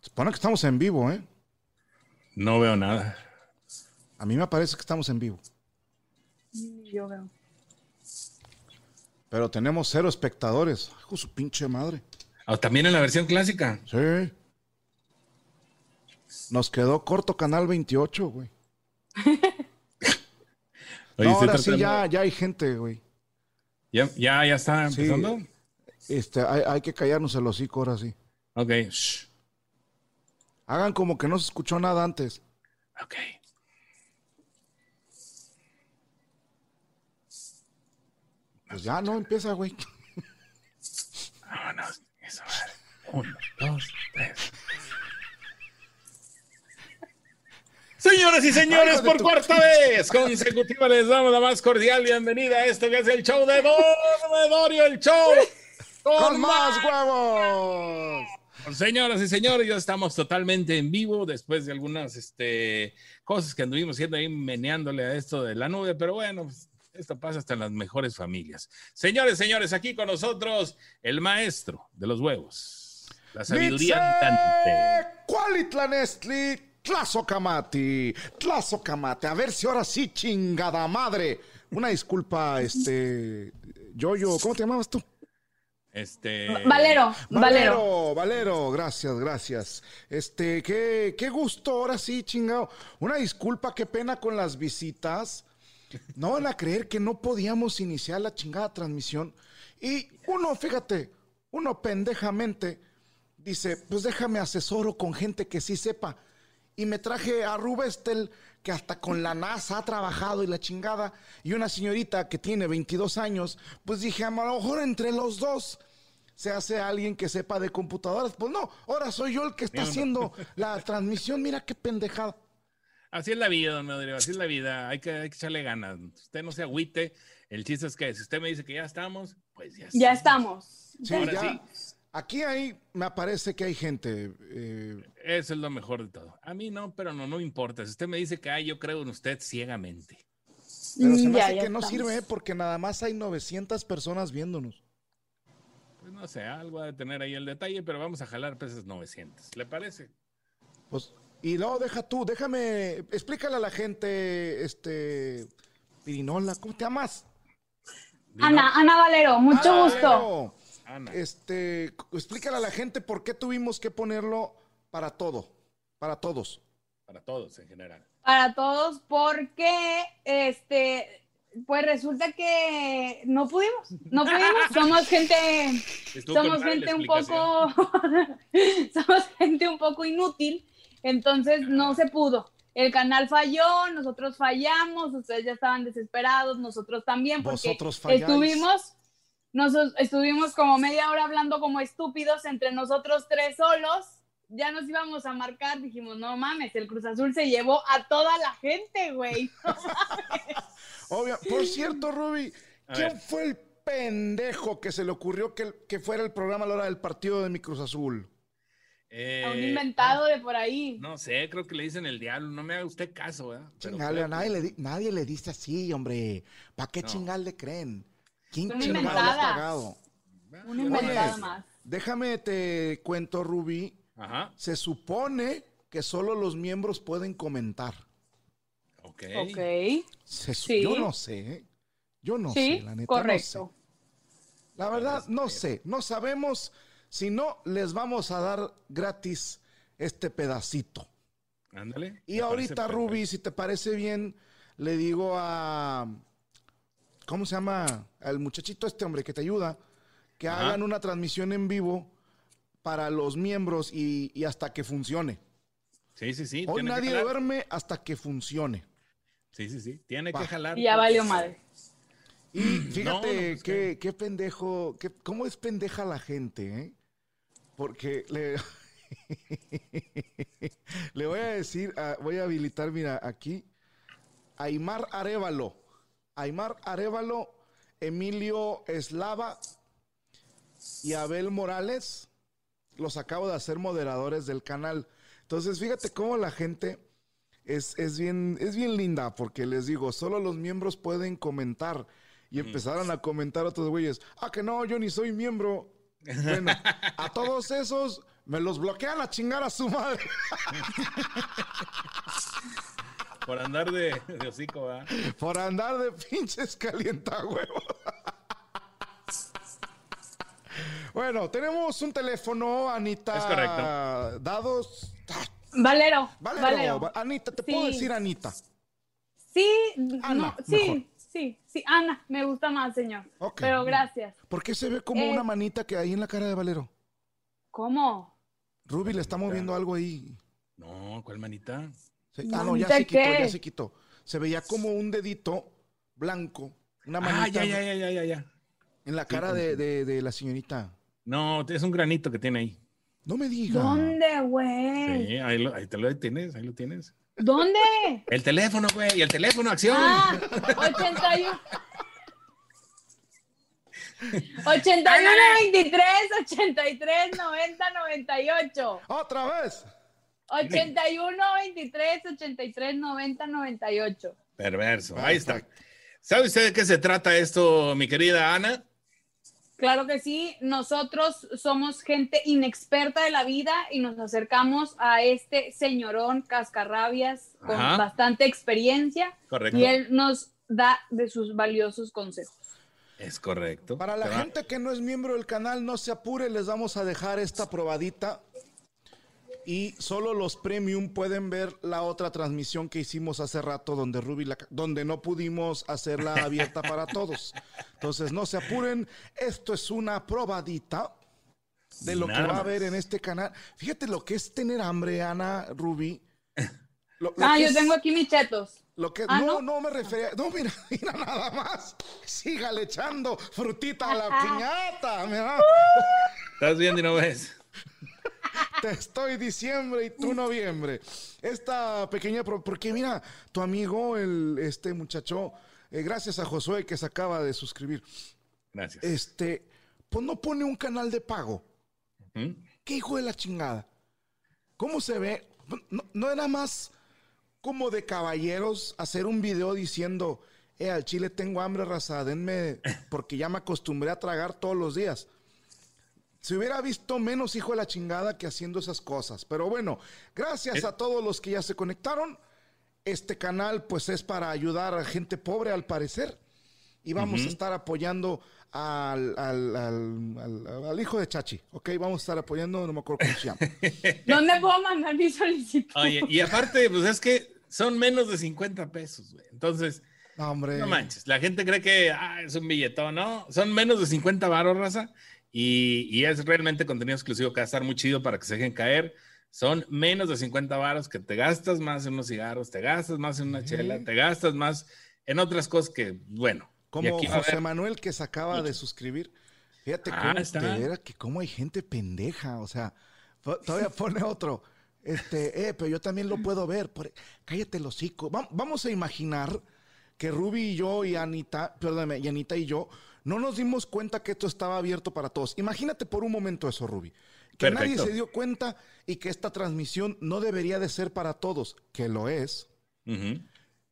Supone que estamos en vivo, ¿eh? No veo nada. A mí me parece que estamos en vivo. Yo veo. Pero tenemos cero espectadores. Hijo de su pinche madre. Ah, También en la versión clásica. Sí. Nos quedó corto Canal 28, güey. Oye, No, estoy ahora sí, ya, tratando- ya hay gente, güey. ya. Ya, ya está Sí. empezando. Este, hay, hay que callarnos el hocico ahora sí. Ok. shh, Hagan como que no se escuchó nada antes. Ok. Pues ya no empieza, güey. Vámonos. Eso, madre. Uno, dos, tres. Señoras y señores, por cuarta vez consecutiva les damos la más cordial bienvenida a esto que es el show de Dorio, el show ¡Con más huevos! Pues, Señoras y señores, ya estamos totalmente en vivo después de algunas este, cosas que anduvimos haciendo ahí meneándole a esto de la nube, pero bueno, pues, esto pasa hasta en las mejores familias. Señores, señores, aquí con nosotros el maestro de los huevos, la sabiduría andante. Cualitlanestli, Tlazocamati, Tlazocamate. A ver si ahora sí, chingada madre. Una disculpa, este. Yoyo, ¿cómo te llamabas tú? Este, Valero, Valero, Valero. Valero, gracias, gracias. Este, qué, qué gusto, ahora sí, chingado. Una disculpa, qué pena con las visitas. No van a creer que no podíamos iniciar la chingada transmisión. Y uno, fíjate, uno pendejamente dice, pues déjame asesoro con gente que sí sepa. Y me traje a Rubestel, que hasta con la NASA ha trabajado y la chingada. Y una señorita que tiene 22 años, pues dije, a lo mejor entre los dos se hace alguien que sepa de computadoras. Pues no, ahora soy yo el que está haciendo la transmisión. Mira qué pendejada. Así es la vida, don Rodrigo, así es la vida. Hay que, hay que echarle ganas. Usted no se agüite. El chiste es que si usted me dice que ya estamos, pues ya Ya estamos. Sí, Ahora ya. sí. Aquí ahí me parece que hay gente. eh, Eso es lo mejor de todo. A mí no, pero no, no me importa. Si usted me dice que "Ay, yo creo en usted ciegamente. pero se me Ya, hace ya que no estamos. sirve ¿eh? porque nada más hay 900 personas viéndonos. Pues no sé, algo ha de tener ahí el detalle, pero vamos a jalar pesos 900. ¿Le parece? Pues, y luego deja tú, déjame, explícale a la gente, este, Pirinola, ¿cómo te llamas? Dino- Ana, Ana Valero, mucho Ah, gusto. bueno. Ana. Este, c- explícale a la gente por qué tuvimos que ponerlo para todo, para todos. Para todos en general. Para todos, porque este, pues resulta que no pudimos, no pudimos. Somos gente, Estuvo con somos madre la gente un explicación. poco, somos gente un poco inútil, entonces no se pudo. El canal falló, nosotros fallamos, ustedes ya estaban desesperados, nosotros también, porque Vosotros falláis. estuvimos, nos estuvimos como media hora hablando como estúpidos entre nosotros tres solos. Ya nos íbamos a marcar, dijimos, no mames, el Cruz Azul se llevó a toda la gente, güey. Obvio. Por cierto, Ruby, A ¿quién ver. fue el pendejo que se le ocurrió que, que fuera el programa a la hora del partido de mi Cruz Azul? Eh, a un inventado de por ahí. No sé, creo que le dicen el diablo. No me haga usted caso, ¿verdad? Pero Chingale, creo a nadie le, di- nadie le dice así, hombre. ¿Para qué No. chingal creen? ¿Quién Son chingado le ha inventadas. pagado? que- Una Oye, inventada más. Déjame te cuento, Rubí. Ajá, Se supone que solo los miembros pueden comentar. ok. Ok. Se su- Sí. Yo no sé. ¿eh? Yo no sí, sé, la neta. no sé. correcto. La verdad, no sé. No sabemos. Si no, les vamos a dar gratis este pedacito. Ándale. Y me ahorita, parece Ruby, si te parece bien, le digo a. ¿Cómo se llama? Al muchachito este hombre que te ayuda. Que Ajá. hagan una transmisión en vivo para los miembros y, y hasta que funcione. perfecto. Sí, sí, sí. Hoy tiene que nadie jalar. duerme hasta que funcione. Sí, sí, sí. Tiene Va. que jalar. Y ya valió madre. Y No, no, fíjate pues, qué, qué pendejo, qué, cómo es pendeja la gente, ¿eh? Porque le, le voy a decir, ah, voy a habilitar, mira, aquí, Aymar Arevalo, Aymar Arevalo, Emilio Eslava y Abel Morales, los acabo de hacer moderadores del canal. Entonces, fíjate cómo la gente es, es bien, es bien linda, porque les digo, solo los miembros pueden comentar. Y empezaron a comentar otros güeyes, ah, que no, yo ni soy miembro. Bueno, a todos esos me los bloquean a chingar a su madre. Por andar de, de hocico, ¿verdad? Por andar de pinches calientahuevos. Bueno, tenemos un teléfono, Anita. Es correcto. Dados. Ah, Valero. Valero, Valero. va- Anita, te puedo Sí. decir Anita. Sí, Ana, no, sí, mejor. sí, sí. Ana, me gusta más, señor. Ok. Pero gracias. ¿Por qué se ve como Eh. una manita que hay en la cara de Valero? ¿Cómo? Ruby le está moviendo algo ahí. No, ¿cuál manita? Se- ah, no, ya ¿Manita se quitó, qué? ya se quitó. Se veía como un dedito blanco, una Ah, manita ya, ya, ya, ya, ya, ya. en la cara de, de- de la señorita. No, es un granito que tiene ahí. No me diga. ¿Dónde, güey? Sí, ahí, lo, ahí te lo tienes, ahí lo tienes. ¿Dónde? El teléfono, güey, el teléfono, acción. Ah, 81. 81, 23, 83, 90, 98. ¡Otra vez! 81, 23, 83, 90, 98. Perverso, ahí está. ¿Sabe usted de qué se trata esto, mi querida Ana? Claro que sí, nosotros somos gente inexperta de la vida y nos acercamos a este señorón cascarrabias con Ajá. bastante experiencia Correcto. y él nos da de sus valiosos consejos. Es correcto. Para la Te va- gente que no es miembro del canal, no se apure, les vamos a dejar esta probadita. Y solo los premium pueden ver la otra transmisión que hicimos hace rato donde Ruby la ca- donde no pudimos hacerla abierta para todos. Entonces no se apuren, esto es una probadita de lo que Nada va a más. haber en este canal. Fíjate lo que es tener hambre, Ana, Ruby. Lo- lo Ah, que yo es- tengo aquí mis chetos. lo que Ah, no, no, ¿no? me refería. No, mira, mira nada más. Sígale echando frutita a la piñata, mira. Estás viendo y no ves. Te estoy diciembre y tú noviembre. Esta pequeña pro- porque mira, tu amigo el este muchacho, eh, gracias a Josué que se acaba de suscribir. Gracias. Este, pues no pone un canal de pago. ¿Mm? ¿Qué hijo de la chingada? ¿Cómo se ve? No, no era más como de caballeros hacer un video diciendo, eh, al chile tengo hambre, raza, denme, porque ya me acostumbré a tragar todos los días. Se hubiera visto menos hijo de la chingada que haciendo esas cosas. Pero bueno, gracias a todos los que ya se conectaron. Este canal pues es para ayudar a gente pobre al parecer. Y vamos a estar apoyando al, al- al- al- al hijo de Chachi. Ok, vamos a estar apoyando, no me acuerdo cómo se llama. ¿Dónde puedo mandar mi solicitud? Oye, y aparte, pues es que son menos de 50 pesos, güey. Entonces, No, hombre. no manches. La gente cree que ah, es un billetón, ¿no? Son menos de 50 baros, raza. Y, y es realmente contenido exclusivo que va a estar muy chido para que se dejen caer. Son menos de 50 varos que te gastas más en unos cigarros, te gastas más en una chela, te gastas más en otras cosas que, bueno. y Como aquí va a José haber- Manuel que se acaba de suscribir. Fíjate Ah, cómo, está. de veras que cómo hay gente pendeja. O sea, po- todavía pone otro. Este, eh, pero yo también lo puedo ver. por- Cállate el hocico. Va- vamos a imaginar que Ruby y yo y Anita, perdóname, y Anita y yo, no nos dimos cuenta que esto estaba abierto para todos. Imagínate por un momento eso, Ruby. Que nadie Perfecto. se dio cuenta y que esta transmisión no debería de ser para todos, que lo es. Ujú.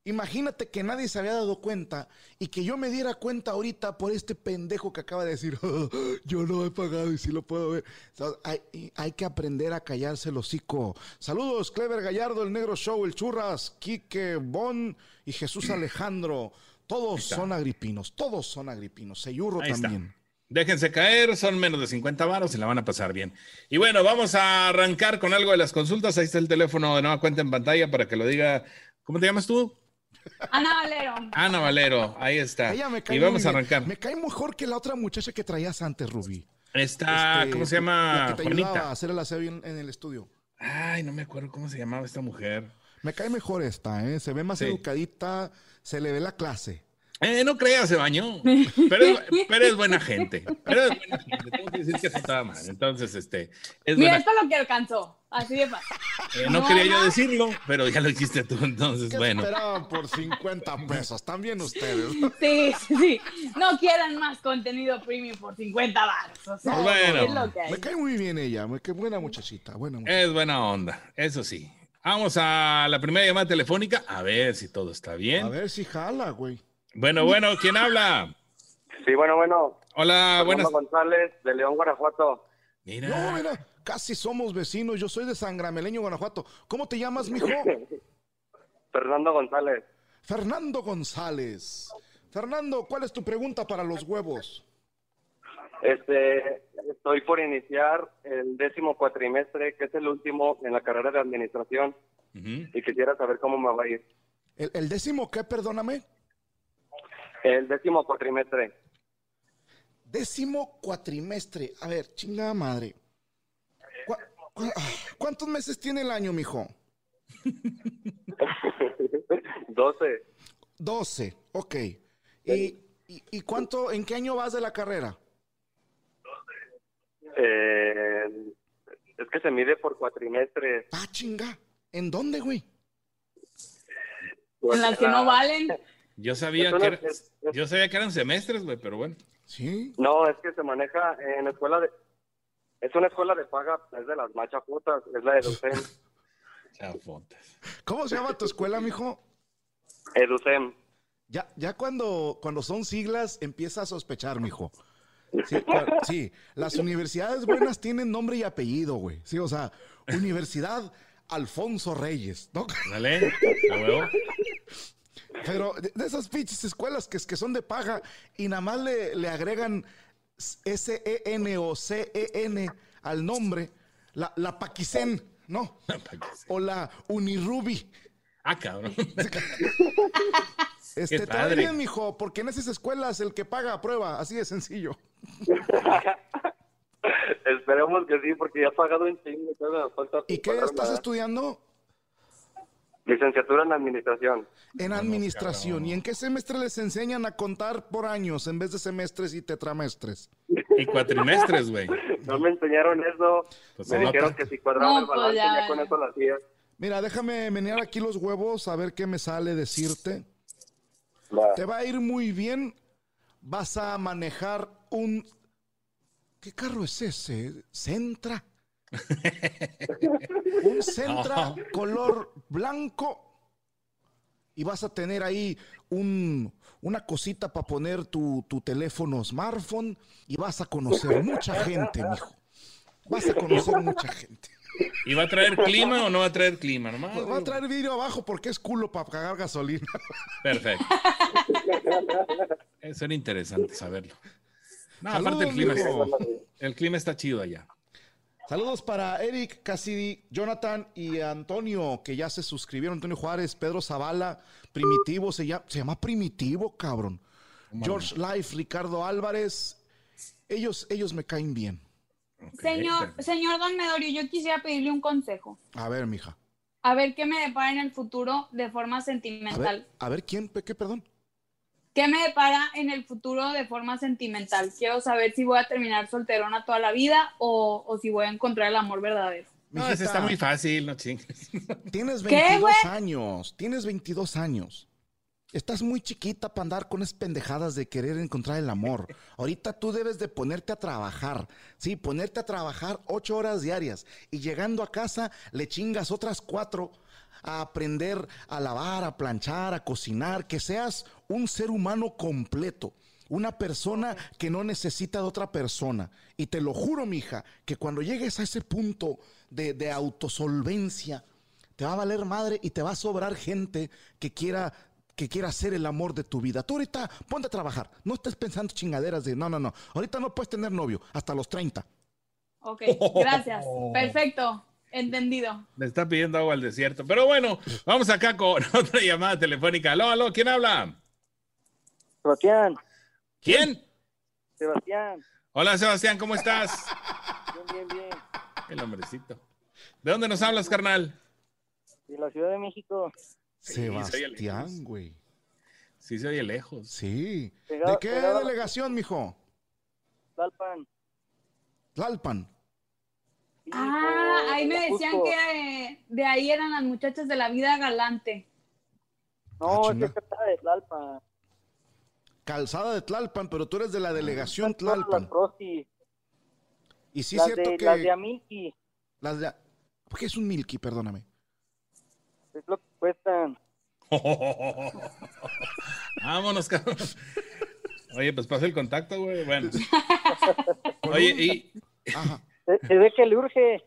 Imagínate que nadie se había dado cuenta y que yo me diera cuenta ahorita por este pendejo que acaba de decir, "Ah, yo no he pagado y sí lo puedo ver. ¿Sabes? Hay, y hay que aprender a callarse el hocico. Saludos, Clever Gallardo, El Negro Show, El Churras, Quique Bon y Jesús Alejandro. Todos está. son agripinos, todos son agripinos. Seyurro Ahí está. también. Déjense caer, son menos de 50 varos, se la van a pasar bien. Y bueno, vamos a arrancar con algo de las consultas. Ahí está el teléfono de nueva cuenta en pantalla para que lo diga. ¿Cómo te llamas tú? Ana Valero. Ana Valero, ahí está. Ella me cae Y vamos a muy bien. arrancar. Me cae mejor que la otra muchacha que traías antes, Rubí. Está, Este, ¿cómo se La llama? que te ayudaba a Juanita. hacer el aseo en, en el estudio. Ay, no me acuerdo cómo se llamaba esta mujer. Me cae mejor esta, ¿eh? Se ve más Sí. educadita, se le ve la clase. Eh, no creas, se bañó. Pero es, pero es buena gente. Pero es buena gente. Tengo que decir que no estaba mal. Entonces, este, es Mira, buena esto es lo que alcanzó. Así de fácil. Eh, no No, quería yo no. decirlo, pero ya lo hiciste tú, entonces, ¿Qué bueno. Pues esperaban por 50 pesos? También ustedes. Sí, sí, sí. No quieran más contenido premium por 50 baros. O sea, No, es bueno. lo que hay. Me cae muy bien ella, me cae buena muchachita, buena muchachita. Es buena onda, eso sí. Vamos a la primera llamada telefónica, a ver si todo está A bien. ver si jala, güey. Bueno, bueno, ¿quién habla? Sí, bueno, bueno. Hola, Ah, buenas. Fernando González, de León, Guanajuato. No, Mira, mira, casi somos vecinos. Yo soy de San Grameleño, Guanajuato. ¿Cómo te llamas, mijo? Fernando González. Fernando González. Fernando, ¿cuál es tu pregunta para los huevos? Este, estoy por iniciar el décimo cuatrimestre, que es el último en la carrera de administración, ujú, y quisiera saber cómo me va a ir. ¿El, el décimo qué, perdóname? El décimo cuatrimestre. Décimo cuatrimestre. A ver, chingada madre. ¿Cu- cu- ah, ¿Cuántos meses tiene el año, mijo? 12. 12, ok. ¿Y, y, y cuánto, en qué año vas de la carrera? Eh, es que se mide por cuatrimestre. Ah, chinga. ¿En dónde, güey? En las que Ah, no valen. yo sabía Es que una- era- es- es- yo sabía que eran semestres, güey, pero bueno. Sí. No, es que se maneja en escuela de... Es una escuela de paga, es de las machaputas, es la EduSem. chafotas. ¿Cómo se llama tu escuela, mijo? EduSem. Ya, ya cuando, cuando son siglas empieza a sospechar, mijo. Sí, claro, sí. las universidades buenas tienen nombre y apellido, güey. Sí, o sea, Universidad Alfonso Reyes, ¿no? ¿Vale? ¿A huevo? Pero de, de esas pinches escuelas que, es- que son de paga y nada más le, le agregan S-E-N o C-E-N al nombre, la, la Paquicén, ¿no? Pa' que se- O la Unirubi. Ah, cabrón. Este, Qué te va a ir padre. bien, mijo, porque en esas escuelas el que paga aprueba, así de sencillo. Esperemos que sí, porque ya ha pagado un chingo. todavía me falta ¿Y qué pagar estás nada. estudiando? Licenciatura en Administración. En administración. ¿Y en qué semestre les enseñan a contar por años en vez de semestres y tetramestres? Y cuatrimestres, güey. No me enseñaron eso. Pues me se dijeron nota. que si cuadraba No, el pues balance, ya, ya, ya. con eso lo hacía. Mira, déjame menear aquí los huevos a ver qué me sale decirte. Va. Te va a ir muy bien. Vas a manejar un. ¿Qué carro es ese? Centra. un Centra No. color blanco. Y vas a tener ahí un, una cosita para poner tu, tu teléfono smartphone. Y vas a conocer mucha gente, mijo. Vas a conocer mucha gente. ¿Y va a traer clima o no va a traer clima? Nomás, Va a traer vidrio abajo porque es culo para cagar gasolina. Perfecto. Eso era interesante saberlo. No, aparte el Saludos, clima, mijo. está, el clima está chido allá. Saludos para Eric, Cassidy, Jonathan y Antonio, que ya se suscribieron. Antonio Juárez, Pedro Zavala, Primitivo, se llama, se llama Primitivo, cabrón. George Life, Ricardo Álvarez. Ellos, ellos me caen bien. Ok, Señor, perfecto. señor Don Medorio, yo quisiera pedirle un consejo. A ver, mija. A ver qué me depara en el futuro de forma A sentimental. ver, a ver quién, pe- qué, perdón. ¿Qué me depara en el futuro de forma sentimental? Quiero saber si voy a terminar solterona toda la vida o, o si voy a encontrar el amor verdadero. No, ese Mijita, está muy fácil, no chingues. Tienes ¿Qué, 22 años. Tienes 22 años. Estás muy chiquita para andar con esas pendejadas de querer encontrar el amor. Ahorita tú debes de ponerte a trabajar. Sí, ponerte a trabajar ocho horas diarias. Y llegando a casa le chingas otras cuatro a aprender a lavar, a planchar, a cocinar. Que seas un ser humano completo. Una persona que no necesita de otra persona. Y te lo juro, mija, que cuando llegues a ese punto de, de autosolvencia, te va a valer madre y te va a sobrar gente que quiera que quiera ser el amor de tu vida. Tú ahorita ponte a trabajar. No estés pensando chingaderas de no, no, no. Ahorita no puedes tener novio hasta los 30. Ok, gracias. Oh. Perfecto. Entendido. Le está pidiendo agua al desierto. Pero bueno, vamos acá con otra llamada telefónica. Aló, aló, ¿quién habla? Sebastián, ¿Quién? Sebastián, Hola, Sebastián, ¿cómo estás? bien, bien, bien. El hombrecito. ¿De dónde nos hablas, carnal? De la Ciudad de México, Sí, soy el- Sebastián, güey. Sí, se oye lejos. Sí. Pegado- ¿De qué pegado- delegación, mijo? Talpan. Tlalpan. Ah, ahí me decían que eh, de ahí eran las muchachas de la vida galante. Ah, No, es chinga. que se trata de Tlalpan. Calzada de Tlalpan, pero tú eres de Ah, la delegación Todas Las Tlalpan. Prosti, Y sí es las, cierto de, que las de Amiki, las de- ¿Por qué es un milky? Perdóname. es lo que cuestan. Vámonos, cabrón. Oye, pues pasa el contacto, güey. Bueno. Oye, y. Ajá. Se, se ve que le urge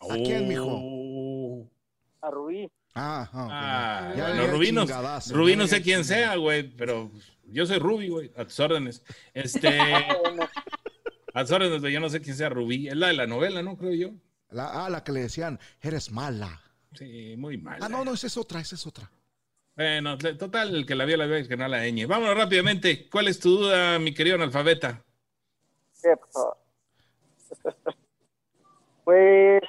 ¿A quién, mijo? Oh. a Rubí. Ah, ah, ok. Ah, Ya bueno, llegué Rubinos. chingadazo, Rubí ya no sé llegué quién chingadazo. sea, güey, pero yo soy Rubí, güey, a tus órdenes. Este, Bueno, a tus órdenes, güey, yo no sé quién sea Rubí. Es la de la novela, ¿no? Creo yo. La, ah, la que le decían, eres mala. Sí, muy mal. Ah, no, no, esa es otra, esa es otra. Bueno, le- total, el que la vio la vio, el que no la ñ. Vámonos rápidamente. ¿Cuál es tu duda, mi querido analfabeta? ¿qué, por favor? Pues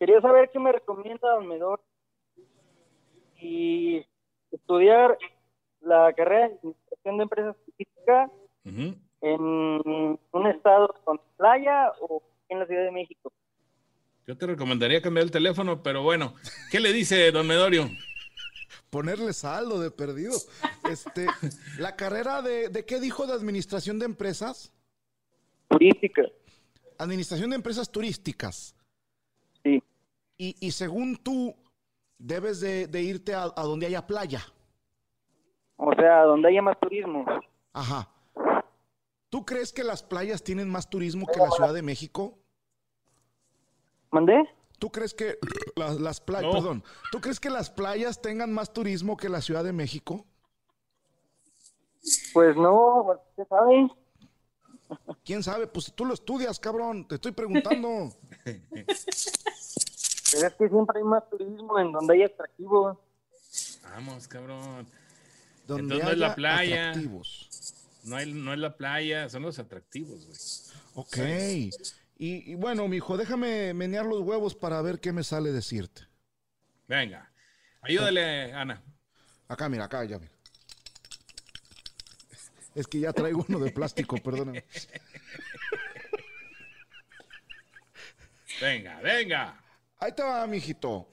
quería saber qué me recomienda Don Medor y estudiar la carrera de administración de empresas turísticas Ujú. en un estado con playa o en la Ciudad de México. Yo te recomendaría cambiar el teléfono, pero bueno, ¿qué le dice don Medorio? Ponerle saldo de perdido. Este, la carrera de, de qué dijo de administración de empresas? Turística, Administración de empresas turísticas. sí. Y, y según tú, debes de, de irte a, a donde haya playa. O sea, donde haya más turismo. Ajá. ¿Tú crees que las playas tienen más turismo que la Ciudad de México? ¿Mandé? ¿Tú crees que las, playas, No. perdón, ¿tú crees que las playas tengan más turismo que la Ciudad de México? Pues no, usted sabe. ¿Quién sabe? Pues si tú lo estudias, cabrón, te estoy preguntando. Pero es que siempre hay más turismo en donde hay atractivo. Vamos, cabrón. Donde Entonces no es la haya playa. atractivos. No, hay- no es la playa, son los atractivos, güey. Ok. Y, y bueno, mijo, déjame menear los huevos para ver qué me sale decirte. Venga, ayúdale, Ana. Acá, mira, acá, ya, mira. Es que ya traigo uno de plástico, perdóname. Venga, venga. Ahí te va, mijito.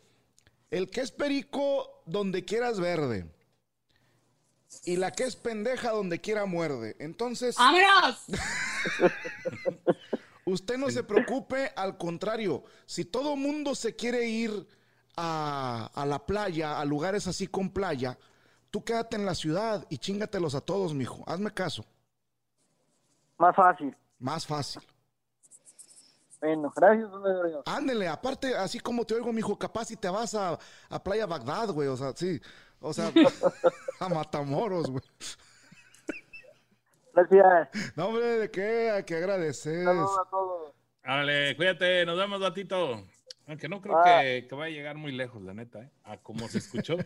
El que es perico, donde quieras verde. Y la que es pendeja, donde quiera muerde. Entonces, ¡Vámonos! usted no se preocupe, al contrario. Si todo mundo se quiere ir a, a la playa, a lugares así con playa, tú quédate en la ciudad y chingatelos a todos, mijo. Hazme caso. Más fácil. Más fácil. Bueno, gracias, don Gregorio. Ándele, aparte, así como te oigo, mijo, capaz si te vas a, a Playa Bagdad, güey, o sea, sí, o sea, a Matamoros, güey. Gracias. No, hombre, ¿de qué? Hay que agradecer. Saludos a todos. Árale, cuídate, nos vemos datito. Aunque no creo Ah. que, que vaya a llegar muy lejos, la neta, ¿eh? A como se escuchó.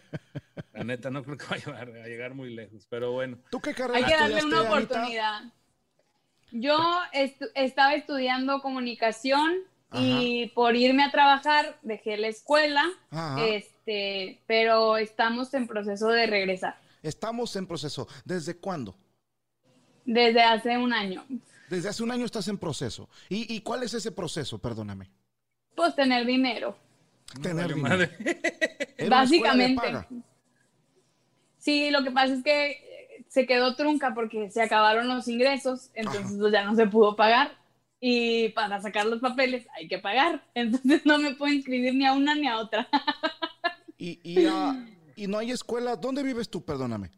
la neta, no creo que vaya a llegar- a llegar muy lejos, pero bueno. ¿Tú qué carrera Hay que darle estudiaste, una Anita? oportunidad. Yo estu- estaba estudiando comunicación y por irme a trabajar dejé la escuela, Ajá. este, pero estamos en proceso de regresar Estamos en proceso. ¿Desde cuándo? desde hace un año. Desde hace un año estás en proceso. ¿Y, y cuál es ese proceso? Perdóname. Pues tener dinero. Tener Vale, dinero. madre. Era una escuela de Básicamente. paga. Sí, lo que pasa es que eh, se quedó trunca porque se acabaron los ingresos, entonces pues, ya no se pudo pagar. Y para sacar los papeles hay que pagar. Entonces no me puedo inscribir ni a una ni a otra. Y, y, ah, y no hay escuela. ¿Dónde vives tú? Perdóname.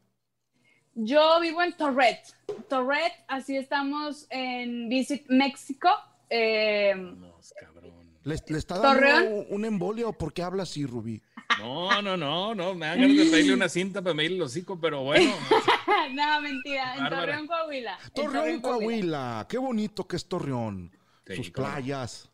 Yo vivo en Torret. Torret, así estamos en Visit México. Eh, Unos cabrón. ¿Le, le está dando ¿Torreón? un, un embolio? ¿Por qué habla así, Rubí? No, no, no, no. Me hagan de pedirle una cinta para medir el hocico, pero bueno. no, mentira, en Bárbara. Torreón, Coahuila. En Torreón, Coahuila. Qué bonito que es Torreón. Sí, Sus cómo no. playas.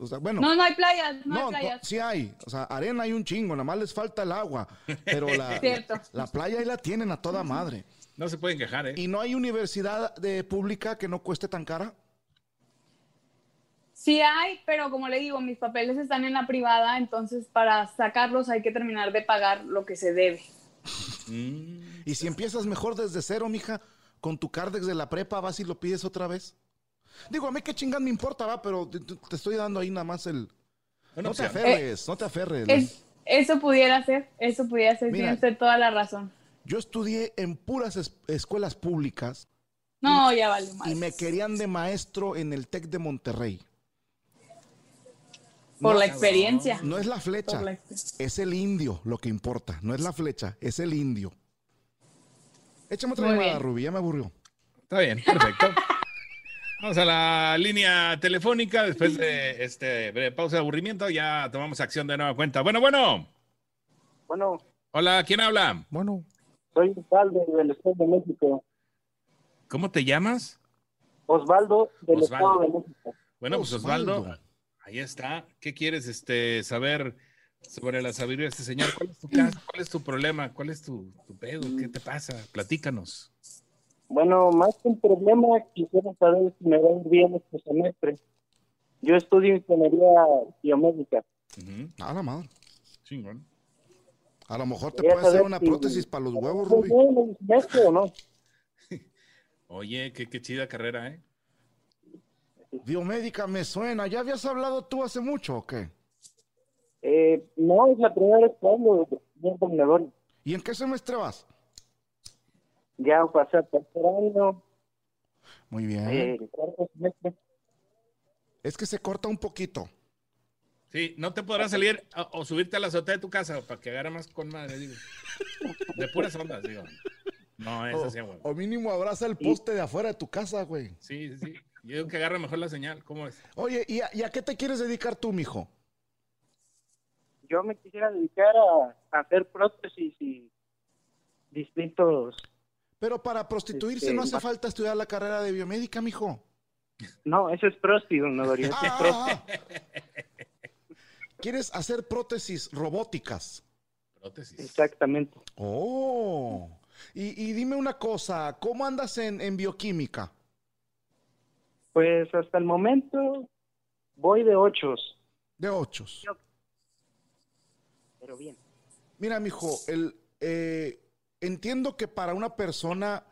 O sea, bueno. No, no hay playas, no, hay No, no, playas. sí hay. O sea, arena hay un chingo, nada más les falta el agua. Pero la, Cierto. la playa ahí la tienen a toda madre. No se pueden quejar, ¿eh? ¿Y no hay universidad de pública que no cueste tan cara? Sí hay, pero como le digo, mis papeles están en la privada, entonces para sacarlos hay que terminar de pagar lo que se debe. Mm, Y si empiezas mejor desde cero, mija, con tu cardex de la prepa, vas y lo pides otra vez. Digo, a mí qué chingan me importa, va, pero te, te- te estoy dando ahí nada más el... una No te opción. aferres, Eh, no te aferres. Es- eso pudiera ser, eso pudiera ser, Mira. tiene usted toda la razón. Yo estudié en puras es- escuelas públicas No, ya vale más. y me querían de maestro en el TEC de Monterrey. Por No, la experiencia. No es la flecha, Por la experiencia. es el indio lo que importa. No es la flecha, es el indio. Échame otra Muy llamada, bien. Rubí, ya me aburrió. Está bien, perfecto. Vamos a la línea telefónica. Después de este breve pausa de aburrimiento, ya tomamos acción de nueva cuenta. Bueno, bueno. Bueno, Hola, ¿quién habla? Bueno, soy Osvaldo del Estado de México. ¿Cómo te llamas? Osvaldo del Osvaldo. Estado de México. Bueno, pues Osvaldo. Osvaldo. Ahí está. ¿Qué quieres este, saber sobre la sabiduría de este señor? ¿Cuál es tu caso? ¿Cuál es tu problema? ¿Cuál es tu, tu pedo? ¿Qué te pasa? Platícanos. Bueno, más que un problema, quisiera saber si me va a ir bien este semestre. Yo estudio ingeniería biomédica. Ujú, a la madre. Chingón. A lo mejor te Quería puede hacer saber una si- prótesis para los huevos, ¿Estoy Rubí. bien en el semestre o no? Oye, qué, qué chida carrera, ¿eh? Biomédica me suena. ¿Ya habías hablado tú hace mucho o qué? Eh, no, es la primera vez que hablo de un condenador. ¿Y en qué semestre vas? Ya pasé a tercer año, Muy bien. eh, cuarto semestre. Es que se corta un poquito. Sí, no te podrás salir a- o subirte a la azotea de tu casa para que agarre más con madre, digo. De puras ondas, digo. No, es O, así, güey. o mínimo abraza el poste de afuera de tu casa, güey. Sí, sí, sí. Yo digo que agarra mejor la señal. ¿Cómo es? Oye, ¿y a, y a qué te quieres dedicar tú, mijo? Yo me quisiera dedicar a, a hacer prótesis y distintos... Pero para prostituirse Este, no hace va- falta estudiar la carrera de biomédica, mijo. No, eso es prótesis, don Nodorio. Ah, eso es prótesis. ah, ah. ¿Quieres hacer prótesis robóticas? Prótesis. Exactamente. Oh. Y, y dime una cosa, ¿cómo andas en, en bioquímica? Pues hasta el momento voy de ochos. De ochos. Pero bien. Mira, mijo, el, eh, entiendo que para una persona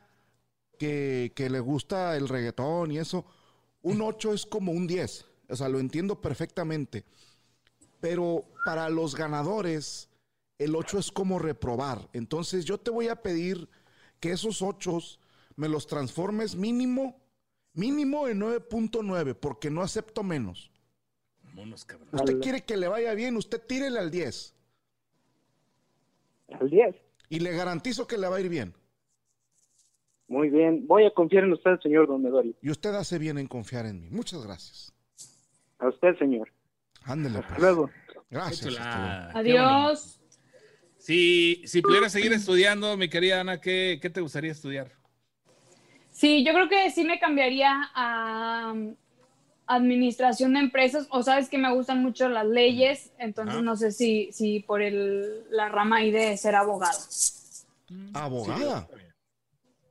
que, que le gusta el reggaetón y eso, un 8 es como un 10. O sea, lo entiendo perfectamente. Pero para los ganadores, el 8 es como reprobar. Entonces, yo te voy a pedir que esos 8 me los transformes mínimo, mínimo en 9.9, porque no acepto menos. Vámonos, cabrón. Usted Ala. quiere que le vaya bien, usted tírele al 10 Al 10. y le garantizo que le va a ir bien. Muy bien. Voy a confiar en usted, señor Don Medorio. Y usted hace bien en confiar en mí. Muchas gracias. A usted, señor. Ándele, Hasta pues. luego. Qué Gracias. hasta luego. chulada. Qué bonito. Adiós. Si, si pudieras seguir estudiando, mi querida Ana, ¿qué, qué te gustaría estudiar? Sí, yo creo que sí me cambiaría a um, administración de empresas o sabes que me gustan mucho las leyes, entonces Ajá. no sé si, si por el, la rama ahí de ser abogado. Abogada,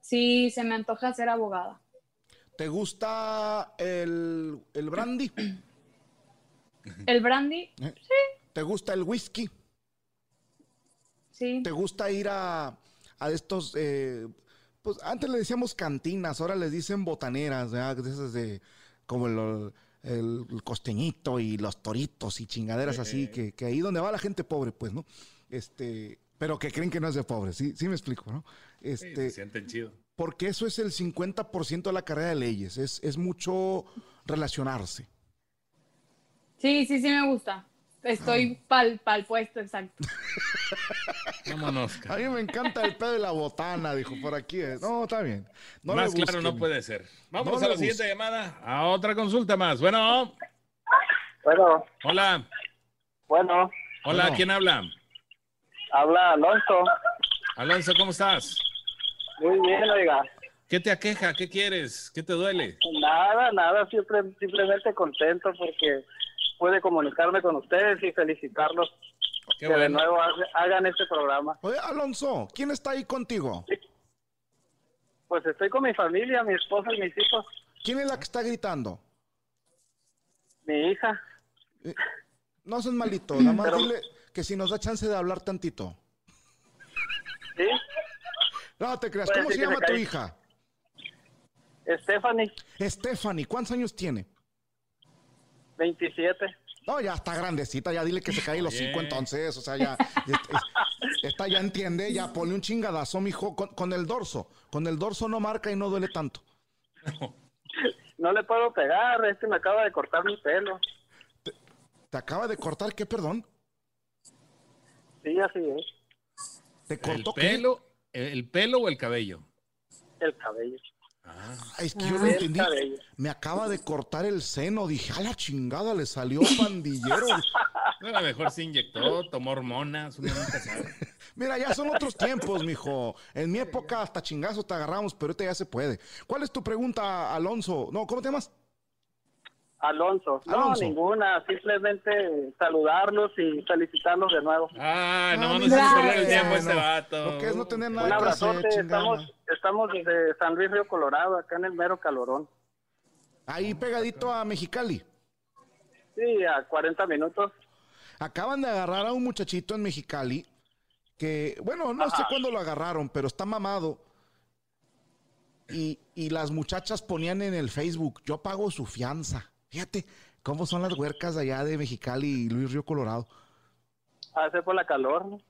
Sí, se me antoja ser abogada. ¿te gusta el, el brandy? El brandy, ¿Te gusta el whisky? sí. ¿Te gusta ir a, a estos... eh, pues antes le decíamos cantinas, ahora les dicen botaneras, ¿verdad? De esas de... Como el, el- el Eh, costeñito y los toritos y chingaderas así, que, que ahí donde va la gente pobre, pues, ¿no? Este, pero que creen que no es de pobres. Sí, sí me explico, ¿no? Sí, Este, se sienten chido. porque eso es el 50% de la carrera de leyes. Es, es mucho relacionarse. Sí, sí, sí me gusta. Estoy pal, pal puesto, exacto. Vámonos. A mí me encanta el pedo de la botana, dijo, por aquí es. No, está bien. No más le claro no busquen. puede ser. Vamos No a le la siguiente busquen. llamada, a otra consulta más. Bueno, Bueno, hola, bueno, hola, Bueno. ¿quién habla? habla Alonso. Alonso, ¿cómo estás? Muy bien, oiga. ¿Qué te aqueja? ¿Qué quieres? ¿Qué te duele? Nada, nada, siempre, simplemente contento porque pude comunicarme con ustedes y felicitarlos Qué que de bueno. nuevo ha- hagan este programa. Oye, Alonso, ¿quién está ahí contigo? Pues estoy con mi familia, mi esposa y mis hijos, ¿Quién es la que está gritando? mi hija. No seas malito, nada más Pero- dile que si nos da chance de hablar tantito. ¿Sí? No te creas, Puede ¿cómo se ser que llama me tu calle. hija? Stephanie, Stephanie, ¿cuántos años tiene? 27. No, ya está grandecita, ya dile que se cae los Oye. cinco entonces, o sea, ya, ya está, ya entiende, ya pone un chingadazo, mijo, con, con el dorso, con el dorso no marca y no duele tanto. No le puedo pegar, es que me acaba de cortar mi pelo. Te acaba de cortar, ¿qué, perdón? Sí, así es, ¿Te ¿El cortó qué? pelo, el pelo o el cabello? el cabello. Ay, es que yo no entendí. cabello. Me acaba de cortar el seno, dije, a la chingada, le salió pandillero. A lo mejor se inyectó, tomó hormonas, uno nunca sabe. Mira, ya son otros tiempos, mijo. En mi época hasta chingazo te agarramos, pero ahorita ya se puede. ¿Cuál es tu pregunta, Alonso? No, ¿cómo te llamas? Alonso, no, Alonso. ninguna, simplemente saludarlos y felicitarlos de nuevo. Ah, no, Ah, no se mira, le corrió el bueno. tiempo a este No, vato. lo que es no tener nada Un que abrazote, hacer, pues, eh, chingada. estamos, estamos desde San Luis Río Colorado, acá en el mero calorón. Ahí pegadito a Mexicali. Sí, a 40 minutos. Acaban de agarrar a un muchachito en Mexicali que, bueno, no sé cuándo lo agarraron, pero está mamado. Y, y las muchachas ponían en el Facebook, yo pago su fianza. Fíjate cómo son las huercas de allá de Mexicali y Luis Río Colorado. Hace por la calor. ¿no?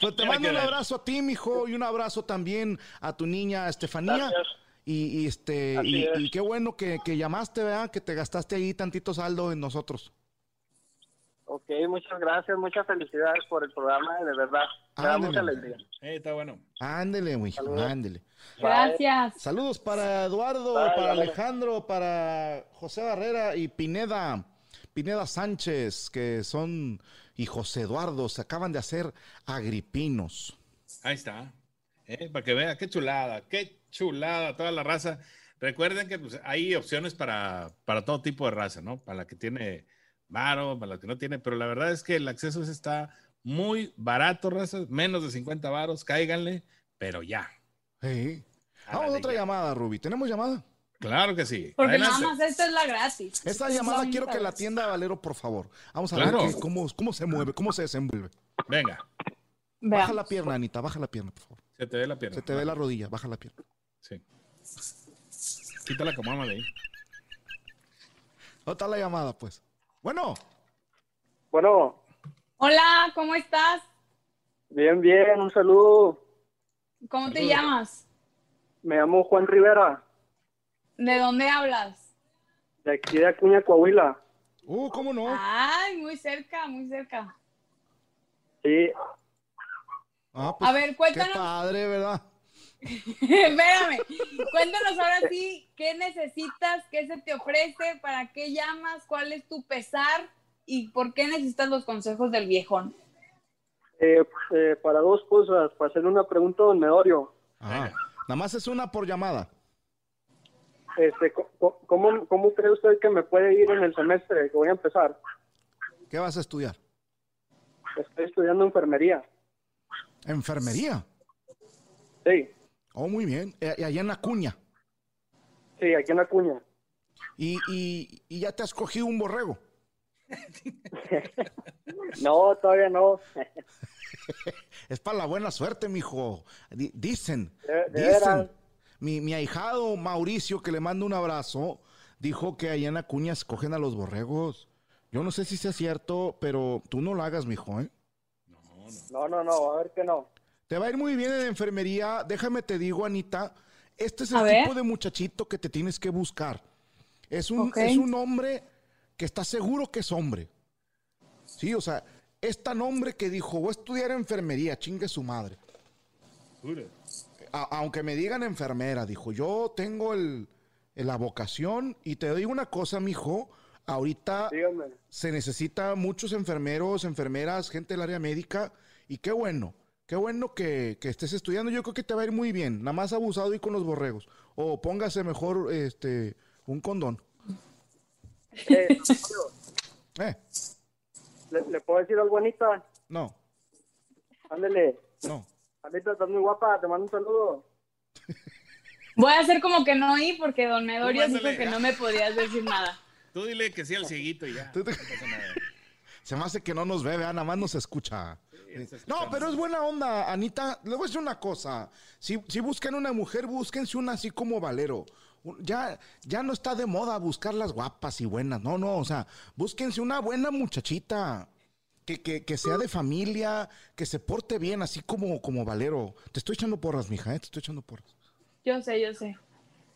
Pues te Nada mando que un ver. abrazo a ti, mijo, y un abrazo también a tu niña Estefanía. Gracias. Y, y este, Así y, es. y qué bueno que, que llamaste, ¿verdad? Que te gastaste ahí tantito saldo en nosotros. Ok, muchas gracias, muchas felicidades por el programa, de verdad. Me da Ándale. mucha alegría. Eh, está bueno. Ándele, mijo, Saludos. ándele. Gracias. Saludos para Eduardo, Bye, para bye. Alejandro, para José Barrera y Pineda, Pineda Sánchez, que son, y José Eduardo, se acaban de hacer agripinos. Ahí está. Eh, para que vea, qué chulada, qué chulada toda la raza. Recuerden que pues, hay opciones para, para todo tipo de raza, ¿no? Para la que tiene varo, para la que no tiene, pero la verdad es que el acceso ese está muy barato, raza, menos de 50 varos, cáiganle, pero ya. Sí. A Vamos la a otra de ya. llamada, Ruby. ¿Tenemos llamada? Claro que sí. Porque Adelante. nada más esta es la gratis. Esa Es la llamada única quiero que la gratis. atienda Valero, por favor. Vamos a Claro. ver qué- cómo, cómo se mueve, cómo se desenvuelve. Venga, Baja Veamos. la pierna, Anita, baja la pierna, por favor. se te ve la pierna. Se te ve la rodilla, baja la pierna. Sí. Quítala como ama de ahí. Otra la llamada, pues. Bueno, Bueno, Hola, ¿cómo estás? bien, bien, un saludo. ¿Cómo te Saludos. llamas? Me llamo Juan Rivera, ¿De dónde hablas? de aquí de Acuña, Coahuila. uh, cómo no. Ah. Ay, muy cerca, muy cerca. Sí, Ah, A ver, cuéntanos. Qué padre, ¿verdad? Espérame, cuéntanos ahora sí, ¿qué necesitas? ¿Qué se te ofrece? ¿Para qué llamas? ¿Cuál es tu pesar? ¿Y por qué necesitas los consejos del viejón? eh, eh, para dos cosas, para hacerle una pregunta a Don Medorio. Ah, nada más es una por llamada. Este, co- co- ¿cómo, ¿Cómo cree usted que me puede ir en el semestre que voy a empezar? ¿Qué vas a estudiar? Estoy estudiando enfermería. Enfermería. Sí, Oh, muy bien. Eh, y allá en la cuña. sí, aquí en Acuña. Y, y- y ya te has cogido un borrego. No, todavía no. Es para la buena suerte, mijo. Di- dicen, De- de veras. dicen. Mi, mi ahijado Mauricio, que le mando un abrazo, dijo que allá en la cuña escogen a los borregos. Yo no sé si sea cierto, pero tú no lo hagas, mijo, ¿eh? No, No, no, no, a ver que no. Te va a ir muy bien en enfermería. Déjame te digo, Anita, este es el A ver. tipo de muchachito que te tienes que buscar. Es un, Ok. es un hombre que está seguro que es hombre. Sí, o sea, es tan hombre que dijo, voy a estudiar enfermería, chingue su madre. Juro. A- aunque me digan enfermera, dijo, yo tengo el, la vocación y te digo una cosa, mijo, ahorita Díganme. se necesita muchos enfermeros, enfermeras, gente del área médica y qué bueno, qué bueno que, que estés estudiando. Yo creo que te va a ir muy bien, nada más abusado y con los borregos. O póngase mejor este un condón. Eh, Mario, Eh, ¿le, le puedo decir algo, Anita? no, Ándele. no. Anita, estás muy guapa, te mando un saludo. Voy a hacer como que no oí porque don Medorio dijo Mándale. que no me podías decir nada. Tú dile que sí al cieguito y ya. Tú te- No pasa nada. Se me hace que no nos ve, ¿verdad? nada más nos escucha. nos escuchamos. No, pero es buena onda, Anita. Le voy a decir una cosa. Si, si buscan una mujer, búsquense una así como Valero. Un- Ya, ya no está de moda buscar las guapas y buenas. No, no, o sea, búsquense una buena muchachita. Que, que, que sea de familia, que se porte bien, así como, como Valero. Te estoy echando porras, mija, ¿eh? te estoy echando porras. Yo sé, yo sé.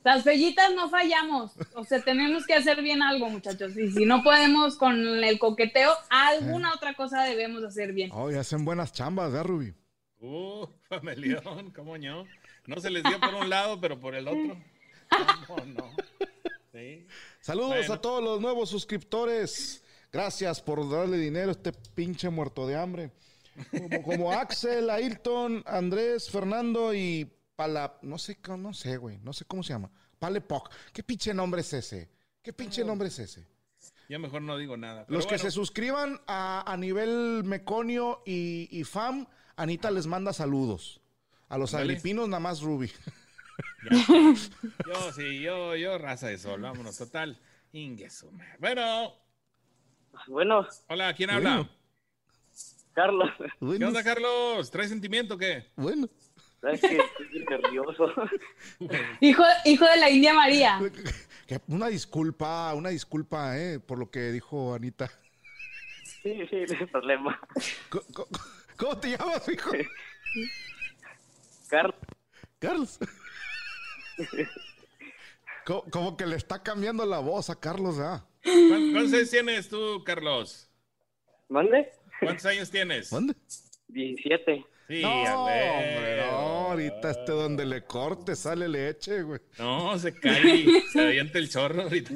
Las fellitas no fallamos. O sea, tenemos que hacer bien algo, muchachos. Y si no podemos con el coqueteo, alguna otra cosa debemos hacer bien. Oh, y hacen buenas chambas, ¿verdad, Ruby? Uh, familión, cómo no. No se les dio por un lado, pero por el otro. ¿Cómo no? Sí. Saludos Bueno. a todos los nuevos suscriptores. Gracias por darle dinero a este pinche muerto de hambre. Como, como Axel, Ayrton, Andrés, Fernando y Pala... No sé, cómo- no sé, güey. No sé cómo se llama. Palepoc. ¿Qué pinche nombre es ese? ¿Qué pinche nombre es ese? Ya mejor no digo nada. pero Los que bueno, se suscriban a, a nivel Meconio y, y FAM, Anita les manda saludos. A los Ándale. alipinos nada más Ruby. ya. Yo sí, yo, yo, raza de sol, vámonos, total. Inguesuma. Bueno, Bueno, hola, ¿quién Bueno. habla? Carlos, ¿Qué Bueno, onda, Carlos? ¿Traes sentimiento o qué? bueno. sabes que estoy nervioso. Hijo, hijo de la India María. Que- Una disculpa, una disculpa, eh, por lo que dijo Anita. Sí, sí, no hay problema. Co- co- ¿Cómo, te llamas, hijo? Carlos, Carlos. Co- Como que le está cambiando la voz a Carlos, ¿ah? ¿Cuán- ¿Cuántos años tienes tú, Carlos? ¿mande? ¿Cuántos años tienes? ¿Dónde? 17. Sí, No, a ver. hombre, no, ahorita este donde le corte sale leche, güey. No, se cae, y se avienta el chorro ahorita.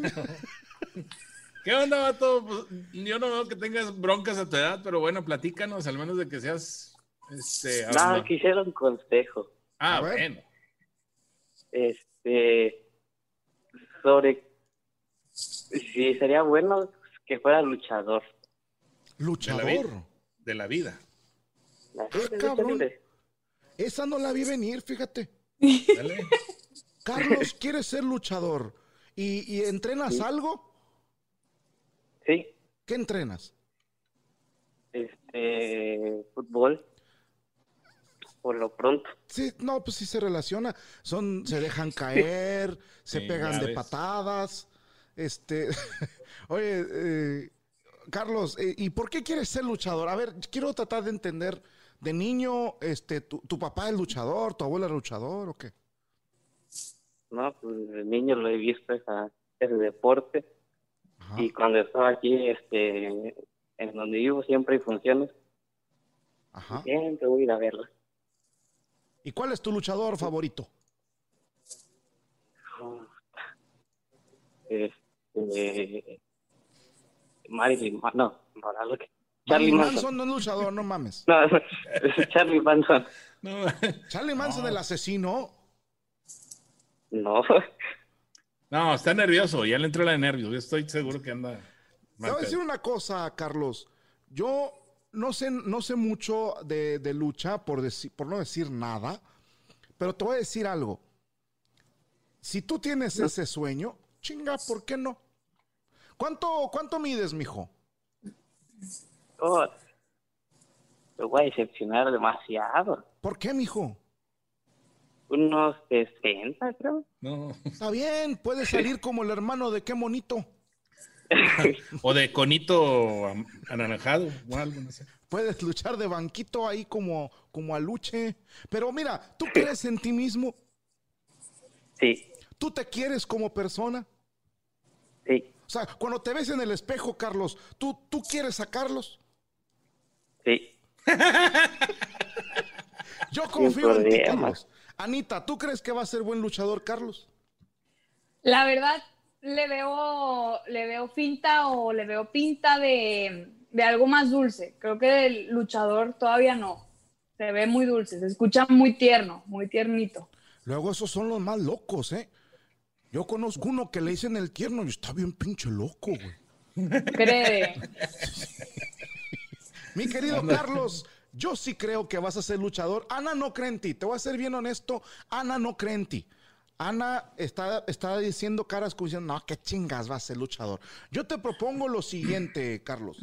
¿Qué onda, vato? Pues, yo no veo que tengas broncas a tu edad, pero bueno, platícanos, al menos de que seas. Este, Nada, habla- quisiera un consejo. ah, A ver. bueno. Este, sobre si sería bueno que fuera luchador. Luchador. vida. De la vida. La Ah, cabrón. libre. Esa no la vi venir, fíjate. Dale. Carlos quiere ser luchador. ¿Y, y entrenas algo? Sí, ¿Qué entrenas? este, fútbol. Por lo pronto. Sí, no, pues sí se relaciona. Son, se dejan caer, se Sí, pegan ya de ves. patadas. Este, oye, eh, Carlos, eh, ¿y por qué quieres ser luchador? A ver, quiero tratar de entender. De niño, este, tu, tu papá es luchador, tu abuelo es luchador, ¿o qué? No, pues de niño lo he visto esa, ese deporte. Ajá. Y cuando estaba aquí, este, en donde vivo siempre hay funciones. Ajá. Siempre voy a ir a verla. ¿Y cuál es tu luchador favorito? Este, Marilyn, Ma- no, para lo que- Charlie Marilyn Manson. no es luchador, no mames. No, es Charlie Manson. No, Charlie Manson, el asesino. No, no, está nervioso, ya le entró la de nervios. Yo estoy seguro que anda. Te mal voy a decir pedo. una cosa, Carlos. Yo no sé, no sé mucho de, de lucha, por, deci- por no decir nada, pero te voy a decir algo. Si tú tienes ese sueño, chinga, ¿por qué no? ¿Cuánto, cuánto mides, mijo? oh, lo voy a decepcionar demasiado. ¿Por qué, mijo? Unos 60, creo. No, Está bien, puedes salir como el hermano de qué monito. O de conito am- anaranjado o algo, no sé. Puedes luchar de banquito ahí como, como a luche. Pero mira, tú crees en ti mismo, Sí, tú te quieres como persona. sí, O sea, cuando te ves en el espejo, Carlos, ¿tú, tú quieres a Carlos? sí. Yo Sin confío en ti, problema. Carlos. Anita, ¿tú crees que va a ser buen luchador, Carlos? La verdad, le veo, le veo finta o le veo pinta de, de algo más dulce. Creo que el luchador todavía no. Se ve muy dulce, se escucha muy tierno, muy tiernito. Luego esos son los más locos, ¿eh? Yo conozco uno que le dicen el tierno y está bien pinche loco, güey. Cree. Mi querido Carlos, yo sí creo que vas a ser luchador. Ana no cree en ti, te voy a ser bien honesto. Ana no cree en ti. Ana está, está diciendo caras como diciendo, no, qué chingas va a ser luchador. Yo te propongo lo siguiente, Carlos.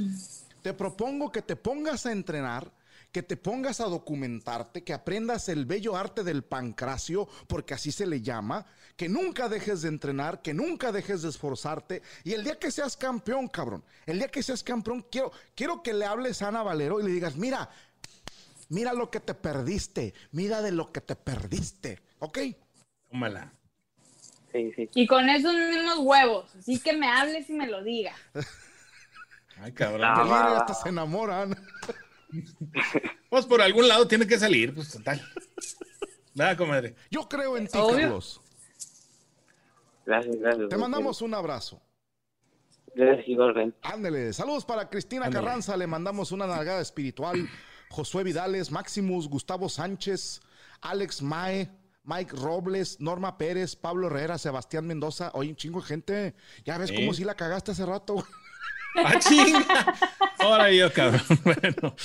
Te propongo que te pongas a entrenar, que te pongas a documentarte, que aprendas el bello arte del pancracio, porque así se le llama, que nunca dejes de entrenar, que nunca dejes de esforzarte. Y el día que seas campeón, cabrón, el día que seas campeón, quiero, quiero que le hables a Ana Valero y le digas, mira, mira lo que te perdiste, mira de lo que te perdiste, ¿ok? Tómala. Sí, sí. Y con esos mismos huevos. Así que me hables y me lo digas. Ay, cabrón. Ah, Mira, va, va, hasta va. se enamoran. Pues por algún lado tiene que salir, pues total. Nada, comadre. Yo creo en ti, Obvio. Carlos. Gracias, gracias. Te mandamos un abrazo. Gracias, igualmente. Ándele, saludos para Cristina Ándele. Carranza, le mandamos una nalgada espiritual. Josué Vidales, Maximus, Gustavo Sánchez, Alex Mae, Mike Robles, Norma Pérez, Pablo Herrera, Sebastián Mendoza. Oye, un chingo de gente. Ya ves Sí. cómo si la cagaste hace rato. ¡Ah, chinga! Ahora yo, cabrón. Bueno.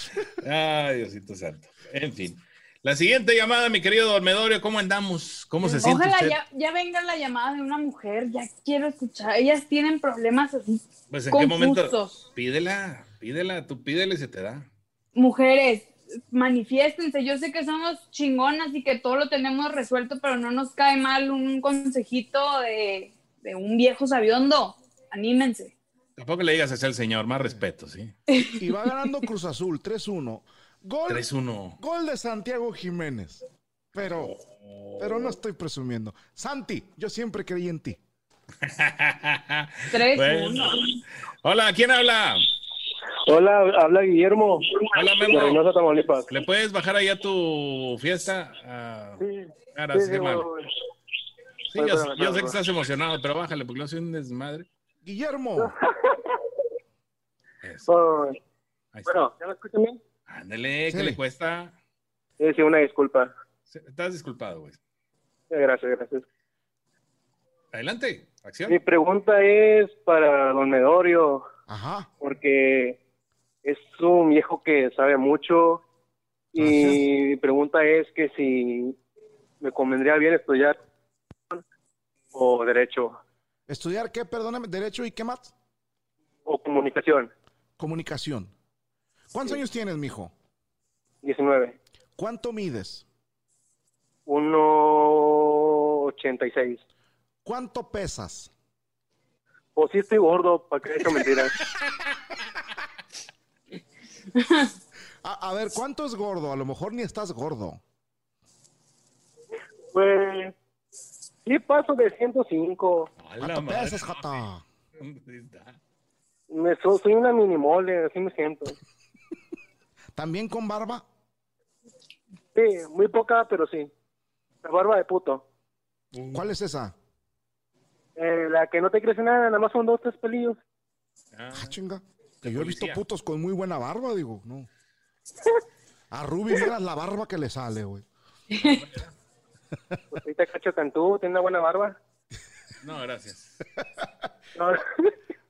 Ay, Diosito Santo. En fin. La siguiente llamada, mi querido Dormedorio, ¿cómo andamos? ¿Cómo se siente Ojalá usted? ya, ya venga la llamada de una mujer. Ya quiero escuchar. Ellas tienen problemas así. Pues en confusos. qué momento. Pídela, pídela, tú pídele y se te da. mujeres, manifiéstense. Yo sé que somos chingonas y que todo lo tenemos resuelto, pero no nos cae mal un consejito de, de un viejo sabiondo. Anímense. Tampoco le digas hacia el señor, más respeto, ¿sí? Y va ganando Cruz Azul 3-1. Gol, 3-1. gol de Santiago Jiménez. Pero, pero no estoy presumiendo. Santi, yo siempre creí en ti. Tres, Bueno. uno. Hola, ¿quién habla? Hola, habla Guillermo. Hola, de Memo. Reynosa, Tamaulipas. ¿Le puedes bajar allá tu fiesta? Ah, Sí, cara, sí, sí, sí, mal. bueno, Sí, yo, yo Perdón, sé perdón. que estás emocionado, pero bájale, porque lo soy un desmadre. Guillermo, Eso, bueno. ahí está. Bueno, ¿ya me escuchan bien? Ándale, ¿qué Sí. le cuesta? Sí, sí, una disculpa. Se- Estás disculpado, güey. Sí, Gracias, gracias. Adelante, acción. Mi pregunta es para don Medorio, ajá. porque es un viejo que sabe mucho y Gracias. mi pregunta es que si me convendría bien estudiar o derecho ¿Estudiar qué? Perdóname, derecho y qué más? o comunicación, Comunicación. ¿Cuántos años tienes, mijo? 19, ¿Cuánto mides? 1.86. ¿Cuánto pesas? Pues sí estoy gordo, para que hecho mentiras. A, a ver, ¿cuánto es gordo? A lo mejor ni estás gordo. Pues sí paso de 105. A la ¿Cuánto madre. pesas, jota? Ahí está. Me, so- soy una mini mole, así me siento. ¿También con barba? Sí, muy poca, pero sí. La barba de puto. Uh. ¿Cuál es esa? Eh, la que no te crece nada, nada más son dos, tres pelillos. Ah, Ah, chinga. Que yo he visto policía. putos con muy buena barba, digo, no. A Ruby miras la barba que le sale, güey. Pues ahorita Cacho Cantú tiene una buena barba. no, gracias. No,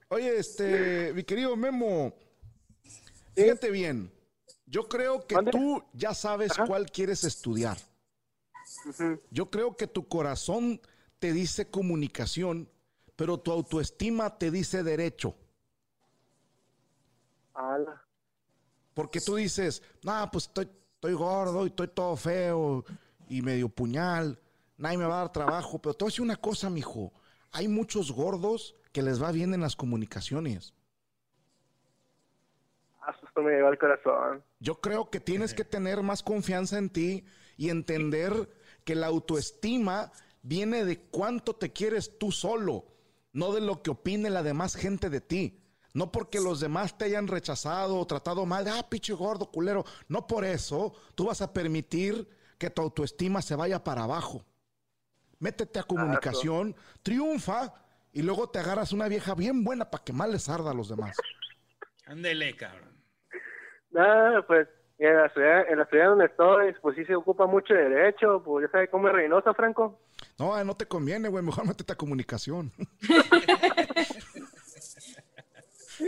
Oye, este, mi querido Memo, fíjate bien. Yo creo que Mande. tú ya sabes Ajá. cuál quieres estudiar. Ujú. Yo creo que tu corazón te dice comunicación, pero tu autoestima te dice derecho. Ala. Porque tú dices, nah, pues estoy, estoy gordo y estoy todo feo y medio puñal, nadie me va a dar trabajo. Pero te voy a decir una cosa, mijo. hay muchos gordos que les va bien en las comunicaciones. Ah, Esto me lleva al corazón. Yo creo que tienes que tener más confianza en ti y entender que la autoestima viene de cuánto te quieres tú solo, no de lo que opine la demás gente de ti. No porque los demás te hayan rechazado o tratado mal, ah, pinche gordo, culero. No por eso tú vas a permitir que tu autoestima se vaya para abajo. Métete a comunicación, triunfa y luego te agarras una vieja bien buena para que más les arda a los demás. Ándele, cabrón. Nada, pues en la ciudad, en la ciudad donde estoy, pues sí se ocupa mucho de derecho, pues ya sabes cómo es Reynosa, Franco. No, eh, no te conviene, güey, mejor métete a comunicación. Sí,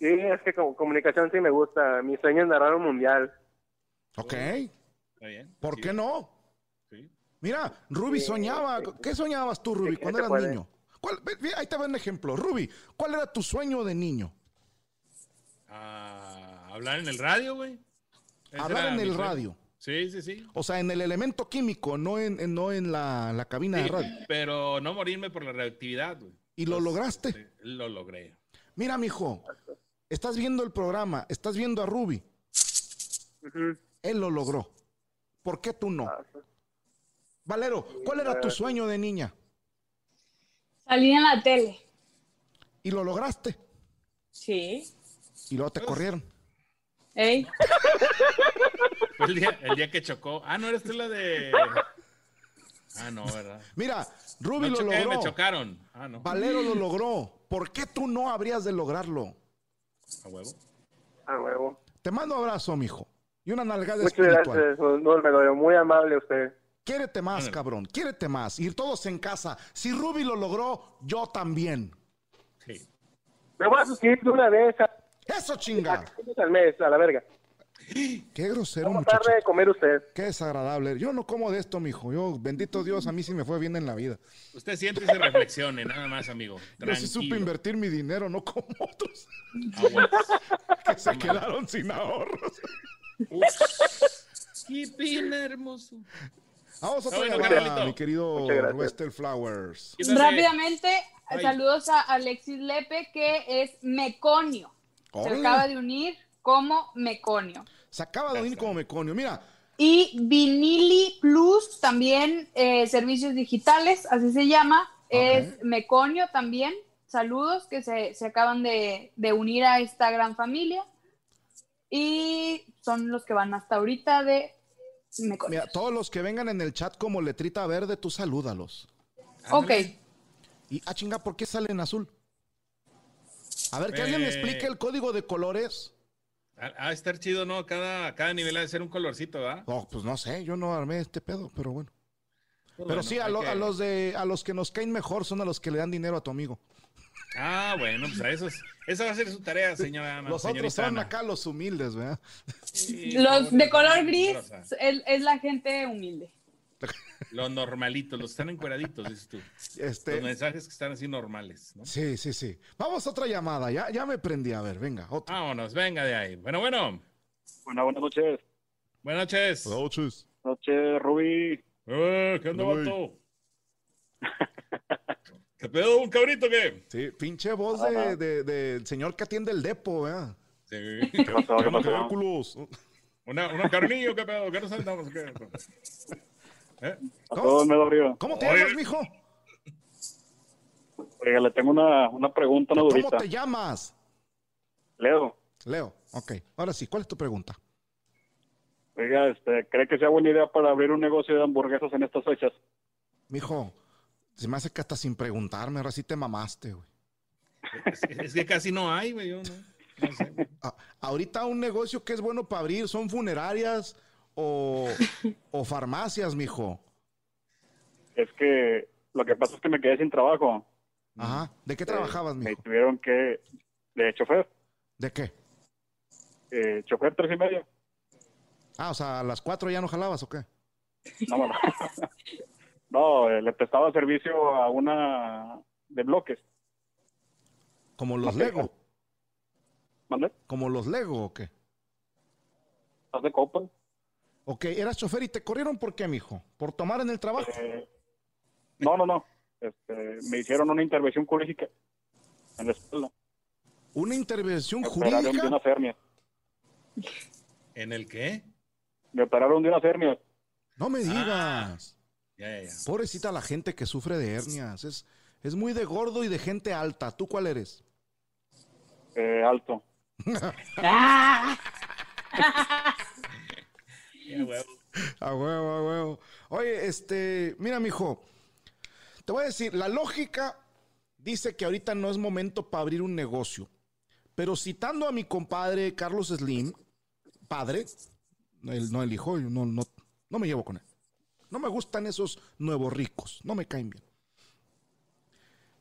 es que como comunicación sí me gusta. Mi sueño es narrar un mundial. ok, ¿Está bien? ¿por Sí, qué no? sí. Mira, Ruby soñaba. ¿Qué soñabas tú, Ruby, ¿qué cuando se eras puede? niño? ¿Cuál- ve- ve, ahí te va un ejemplo. Ruby, ¿cuál era tu sueño de niño? Ah, hablar en el radio, güey. Ese Hablar era en mi el sueño. radio. Sí, sí, sí. O sea, en el elemento químico, no en, en- no en la, la cabina de Sí, radio. Pero no morirme por la radioactividad, güey. ¿Y lo Entonces, lograste? este, Lo logré. Mira, mijo, estás viendo el programa, estás viendo a Ruby. Ujú. Él lo logró. ¿Por qué tú no? Ah, sí. Valero, ¿cuál era Eh. tu sueño de niña? Salí en la tele. Y lo lograste. Sí. Y luego te Pues, corrieron. ¿Ey? Fue el día, el día que chocó. Ah, no, eres tú la de. Ah, no, ¿verdad? Mira, Ruby No lo choqué, me logró. chocaron. Ah, no. Valero lo logró. ¿Por qué tú no habrías de lograrlo? A huevo. A huevo. Te mando abrazo, mijo. Y una nalgada Muchas espiritual. gracias, don Dormedorio. Muy amable usted. Quiérete más, Ándale. cabrón. Quiérete más. Y todos en casa. Si Ruby lo logró, yo también. Sí. Me voy a suscribir de una vez a- Eso chinga. al mes, a la verga. Qué grosero, Vamos a muchacho. darle de comer usted. Qué desagradable. Yo no como de esto, mijo. Yo, bendito Dios, a mí sí me fue bien en la vida. Usted siéntese y reflexione, nada más, amigo. Yo sí supe Tranquilo. Ah, invertir mi dinero, no como otros A huevo. que se quedaron sin ahorros. Qué bien hermoso. Vamos a otra bueno, llamada, Carlito. mi querido Muchas gracias. Wester Flowers. Quítate. Rápidamente, Ay. saludos a Alexis Lepe, que es meconio. Se Órale. acaba de unir como meconio. Se acaba de unir como meconio. Mira, Y Vinili Plus, también eh, servicios digitales, así se llama. Es Meconio también. Saludos que se, se acaban de, de unir a esta gran familia. Y son los que van hasta ahorita de Meconio. mira, todos los que vengan en el chat como letrita verde, tú salúdalos. ok, Y, ah, chinga, ¿por qué sale en azul? A ver, que alguien me Eh. explique el código de colores. Ah, ah, estar chido, ¿no? Cada, cada nivel ha de ser un colorcito, ¿verdad? Oh, pues no sé, yo no armé este pedo, pero bueno. Pero Bueno, sí, a, hay lo- que- a los de, a los que nos caen mejor son a los que le dan dinero a tu amigo. Ah, bueno, pues a esos. Esa va a ser su tarea, señora. los otros señorita son Ana. acá los humildes, ¿verdad? Sí, los de pobres, color gris o sea, es, es la gente humilde. Los normalitos, los están encueraditos, dices tú. Los Este, mensajes que están así normales, ¿no? sí, sí, sí. Vamos a otra llamada, ya, ya me prendí, a ver, venga, otra. Vámonos, venga de ahí. Bueno, bueno. Hola, buenas noches. Buenas noches. Noche, Ruby. Eh, ¿Qué onda, Uy. vato? ¿Qué pedo, un cabrito, qué? Sí, pinche voz de, de- del señor que atiende el depo, ¿verdad? Sí. ¿Qué pasó? ¿Qué pasó? Cálculos. Una, una carnillo, ¿qué pedo? ¿Qué nos andamos? ¿Qué? ¿Eh? A todos me dolió. ¿Cómo te Oye. llamas, mijo? Oiga, le tengo una, una pregunta, una ¿Cómo durita. te llamas? Leo, Leo, ok. Ahora sí, ¿cuál es tu pregunta? oiga, este, ¿cree que sea buena idea para abrir un negocio de hamburguesas en estas fechas? Mijo, se me hace que hasta sin preguntarme, ahora sí te mamaste, güey. Es, es que casi no hay, güey. Yo no, no sé, güey. A- ahorita un negocio que es bueno para abrir son funerarias o, o farmacias, mijo. Es que lo que pasa es que me quedé sin trabajo. Ajá. ¿De qué trabajabas, Me mijo? tuvieron que... De chofer. ¿De qué? Eh, chofer tres y medio. Ah, o sea, a las cuatro ya no jalabas o qué? No, mamá. no eh, le prestaba servicio a una de bloques. Como los Ok. Lego. ¿Mande? Como los Lego o qué. ¿Estás de copa? Oh, Ok, eras chofer y te corrieron por qué, mijo? ¿Por tomar en el trabajo? Eh, no, no, no. este, me hicieron una intervención quirúrgica en la espalda. ¿Una intervención Me operaron de jurídica? una hernia. ¿En el qué? Me operaron de una hernia. No me digas. Ya, ya, ya. Pobrecita la gente que sufre de hernias. Es, es muy de gordo y de gente alta. ¿Tú cuál eres? eh, alto. ¡Ah! Ya, huevo. A huevo, a huevo. Oye, este, mira, mijo. Te voy a decir, la lógica dice que ahorita no es momento para abrir un negocio. Pero citando a mi compadre Carlos Slim, padre, no el, no el hijo, yo no, no, no me llevo con él. No me gustan esos nuevos ricos, no me caen bien.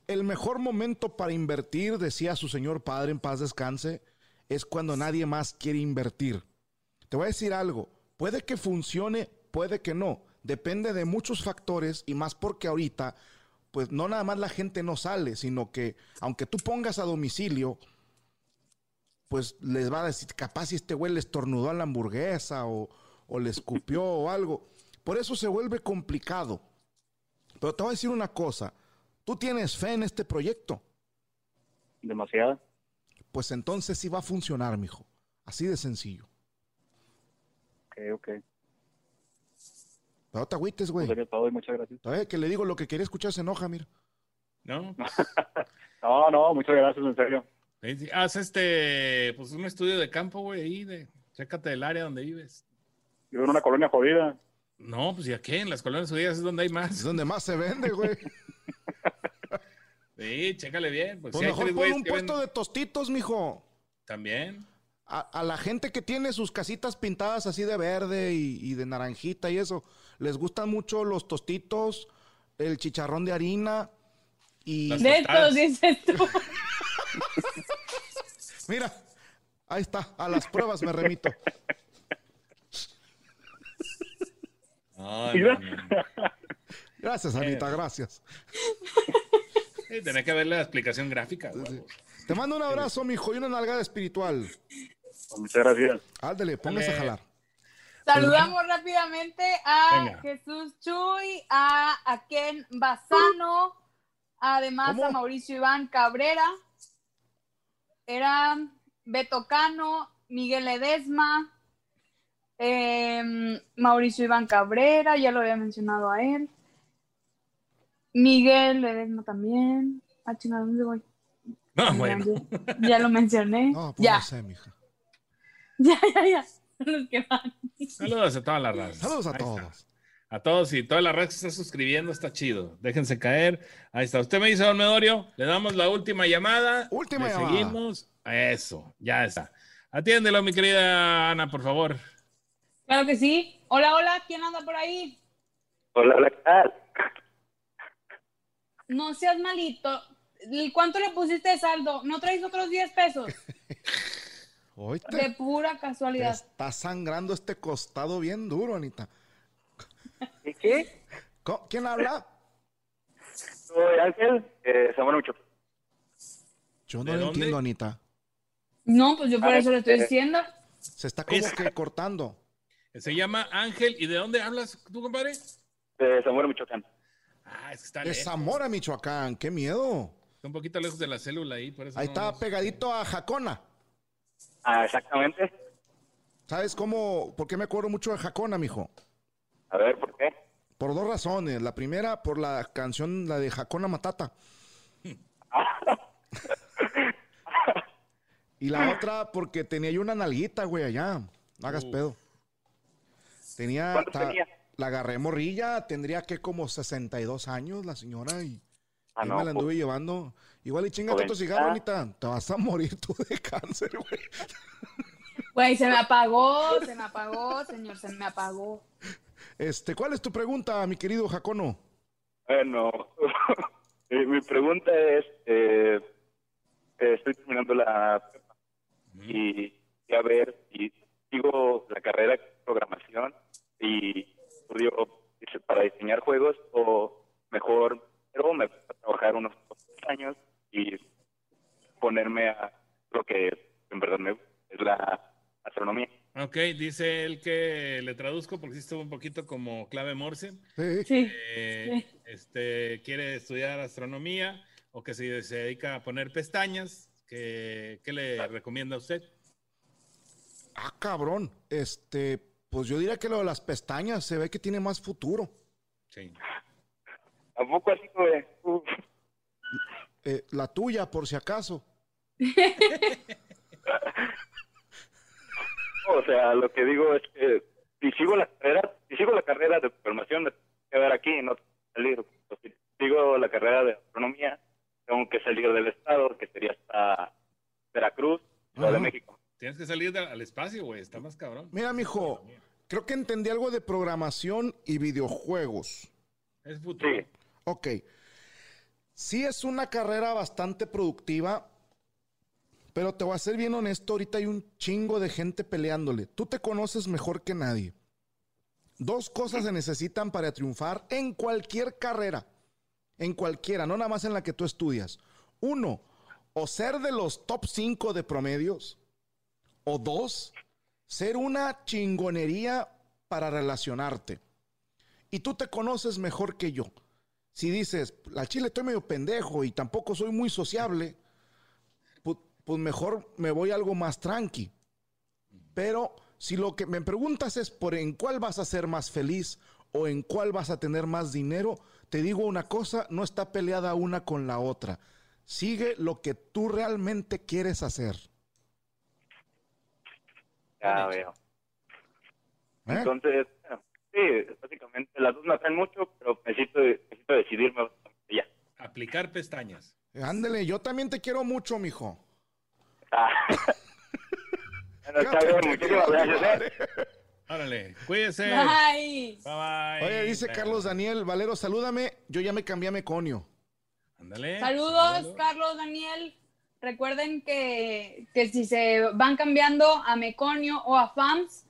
El mejor momento para invertir, decía su señor padre en paz descanse, es cuando nadie más quiere invertir. Te voy a decir algo, puede que funcione, puede que no, depende de muchos factores y más porque ahorita, pues no nada más la gente no sale, sino que aunque tú pongas a domicilio, pues les va a decir, capaz si este güey le estornudó a la hamburguesa o, o le escupió o algo. Por eso se vuelve complicado. Pero te voy a decir una cosa, tú tienes fe en este proyecto, Demasiada. pues entonces sí va a funcionar, mijo. Así de sencillo. Ok, ok. Pero no te agüites, güey. Pues sería todo y muchas gracias. Todavía ¿Eh? que le digo lo que quería escuchar se enoja, mira. ¿No? No, no, muchas gracias, en serio. Sí, sí. Haz este, pues un estudio de campo, güey, ahí, de, chécate del área donde vives. Vivo en una colonia jodida. No, pues ya qué, en las colonias judías es donde hay Es más. donde más se vende, güey. Sí, chécale bien. Pues, Pues si hay mejor tres pon güeyes un que puesto venden- de tostitos, mijo. También. A, a la gente que tiene sus casitas pintadas así de verde y, y de naranjita y eso, les gustan mucho los tostitos, el chicharrón de harina y... Las- De estos dices tú. Mira, ahí está, a las pruebas me remito. No, Mira. no, no, no. Eh. Gracias, Anita, gracias. Sí, tenés que ver la explicación gráfica. güey. Sí. Te mando un abrazo, mijo, y una nalgada espiritual. Pues muchas gracias. Ándale, póngase a Dale. jalar. Saludamos rápidamente a Venga. Jesús Chuy, a, a Ken Bazano, además ¿Cómo? a Mauricio Iván Cabrera, era Beto Cano, Miguel Edesma, em, Mauricio Iván Cabrera, ya lo había mencionado a él, Miguel Edesma también, ah, chingada, ¿dónde voy? No, bueno. Ya, ya lo mencioné, Ah, No, pues ya, no sé, mija. ya, ya, ya, los que van. Saludos a toda la raza. Saludos a Ahí está. todos. A todos y toda la raza que se está suscribiendo, está chido. Déjense caer. Ahí está. Usted me dice, don Medorio, le damos la última llamada. Última Le llamada. Seguimos. Eso, ya está. Atiéndelo, mi querida Ana, por favor. Claro que sí. Hola, hola, ¿quién anda por ahí? Hola, hola, ¿qué tal? No seas malito. ¿Y ¿Cuánto le pusiste de saldo? ¿No traes otros 10 pesos? Hoy te- De pura Te casualidad. está sangrando este costado bien duro, Anita. ¿Y qué? Co- ¿Quién habla? Soy Ángel, eh, Samuel Mucho. Yo ¿De no lo dónde? entiendo, Anita. No, pues yo por Ah, eso le estoy eh. diciendo. Se está como Es- que cortando. Se llama Ángel. ¿Y de dónde hablas tú, compadre? De Samuel Michoacán. Ah, es que está De lejos. Zamora, Michoacán. ¡Qué miedo! Está un poquito lejos de la célula ahí, por eso. Ahí no- está no- pegadito a Jacona. Ah, exactamente. ¿Sabes cómo? ¿Por qué me acuerdo mucho de Jacona, mijo? A ver, ¿por qué? Por dos razones. La primera, por la canción, la de Jacona Matata. y la otra, porque tenía yo una nalguita, güey, allá. No hagas Uf. pedo. Tenía, ¿Cuánto ta- tenía? La agarré morrilla, tendría que como 62 años la señora y Ah, ahí no, me la pues, anduve llevando. Igual y chingate joven. tu cigarro, Ah. Anita. Te vas a morir tú de cáncer, güey. Güey, se me apagó, se me apagó, señor, se me apagó. Este, ¿cuál es tu pregunta, mi querido Jacono? Bueno, eh, mi pregunta es, eh, eh, estoy terminando la prepa y, y a ver si sigo la carrera de programación y estudio dice, para diseñar juegos o mejor, pero me voy a trabajar unos dos, tres años y ponerme a lo que en verdad me gusta, es la astronomía. Ok, dice él que le traduzco porque sí estuvo un poquito como clave Morse. Sí. Sí. Eh, este, quiere estudiar astronomía o que se, se dedica a poner pestañas. ¿Qué, qué le recomienda a usted? Ah, cabrón. Este, pues yo diría que lo de las pestañas se ve que tiene más futuro. Sí. ¿A poco así, güey? Uf, Eh, la tuya, por si acaso. O sea, lo que digo es que si sigo la carrera, si sigo la carrera de formación, me tengo que ver aquí, no tengo que salir. O si sigo la carrera de astronomía, tengo que salir del estado, que sería hasta Veracruz, Ciudad de Ajá. México. Tienes que salir de- al espacio, güey. Está más cabrón. Mira, mijo, creo que entendí algo de programación y videojuegos. Es futuro. Sí. Ok. Sí es una carrera bastante productiva, pero te voy a ser bien honesto, ahorita hay un chingo de gente peleándole. Tú te conoces mejor que nadie. Dos cosas se necesitan para triunfar en cualquier carrera, en cualquiera, no nada más en la que tú estudias. Uno, o ser de los top 5 de promedios, o dos, ser una chingonería para relacionarte. Y tú te conoces mejor que yo si dices, la chile estoy medio pendejo y tampoco soy muy sociable, pu- pues, mejor me voy a algo más tranqui. Pero si lo que me preguntas es por en cuál vas a ser más feliz o en cuál vas a tener más dinero, te digo una cosa, no está peleada una con la otra. Sigue lo que tú realmente quieres hacer. Ya veo. ¿eh? Entonces, bueno, sí, básicamente las dos me hacen mucho, pero necesito, necesito decidirme básicamente ya. Aplicar pestañas. Ándele, yo también te quiero mucho, mijo. Ah. bueno, está bien, muchísimas gracias. ¿eh? Órale, cuídese. Bye Bye. bye. Oye, dice Carlos Daniel, Valero, salúdame, yo ya me cambié a meconio. Ándale. Saludos, Carlos, Daniel. Recuerden que, que si se van cambiando a Meconio o a FAMS,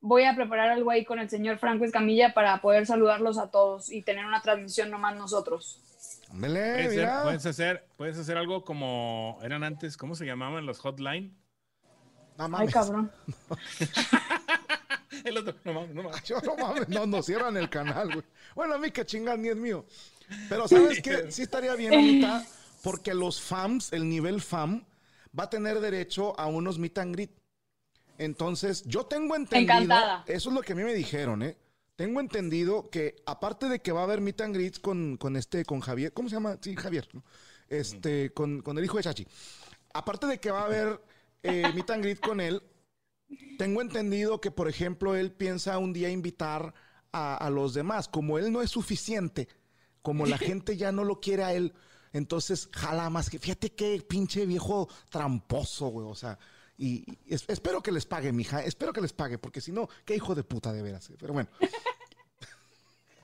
voy a preparar algo ahí con el señor Franco Escamilla para poder saludarlos a todos y tener una transmisión nomás nosotros. Ándele, Puedes hacer, mira. puedes hacer, puedes hacer algo como eran antes, ¿cómo se llamaban los hotline? No Ay, mames. cabrón. El otro, no mames, no mames. Yo no mames, no, nos cierran el canal, güey. Bueno, a mí que chingan ni es mío. Pero sabes que sí estaría bien ahorita, porque los FAMs, el nivel FAM, va a tener derecho a unos meet and greet. Entonces, yo tengo entendido. Encantada. Eso es lo que a mí me dijeron, ¿eh? Tengo entendido que, aparte de que va a haber meet and greets con, con este, con Javier, ¿cómo se llama? Sí, Javier, ¿no? Este, con, con el hijo de Chachi. Aparte de que va a haber eh, meet and greet con él, tengo entendido que, por ejemplo, él piensa un día invitar a, a los demás. Como él no es suficiente, como la gente ya no lo quiere a él, entonces jala más que. Fíjate qué pinche viejo tramposo, güey. O sea, y, y es- espero que les pague, mija. Espero que les pague, porque si no, qué hijo de puta de veras. eh, Pero bueno.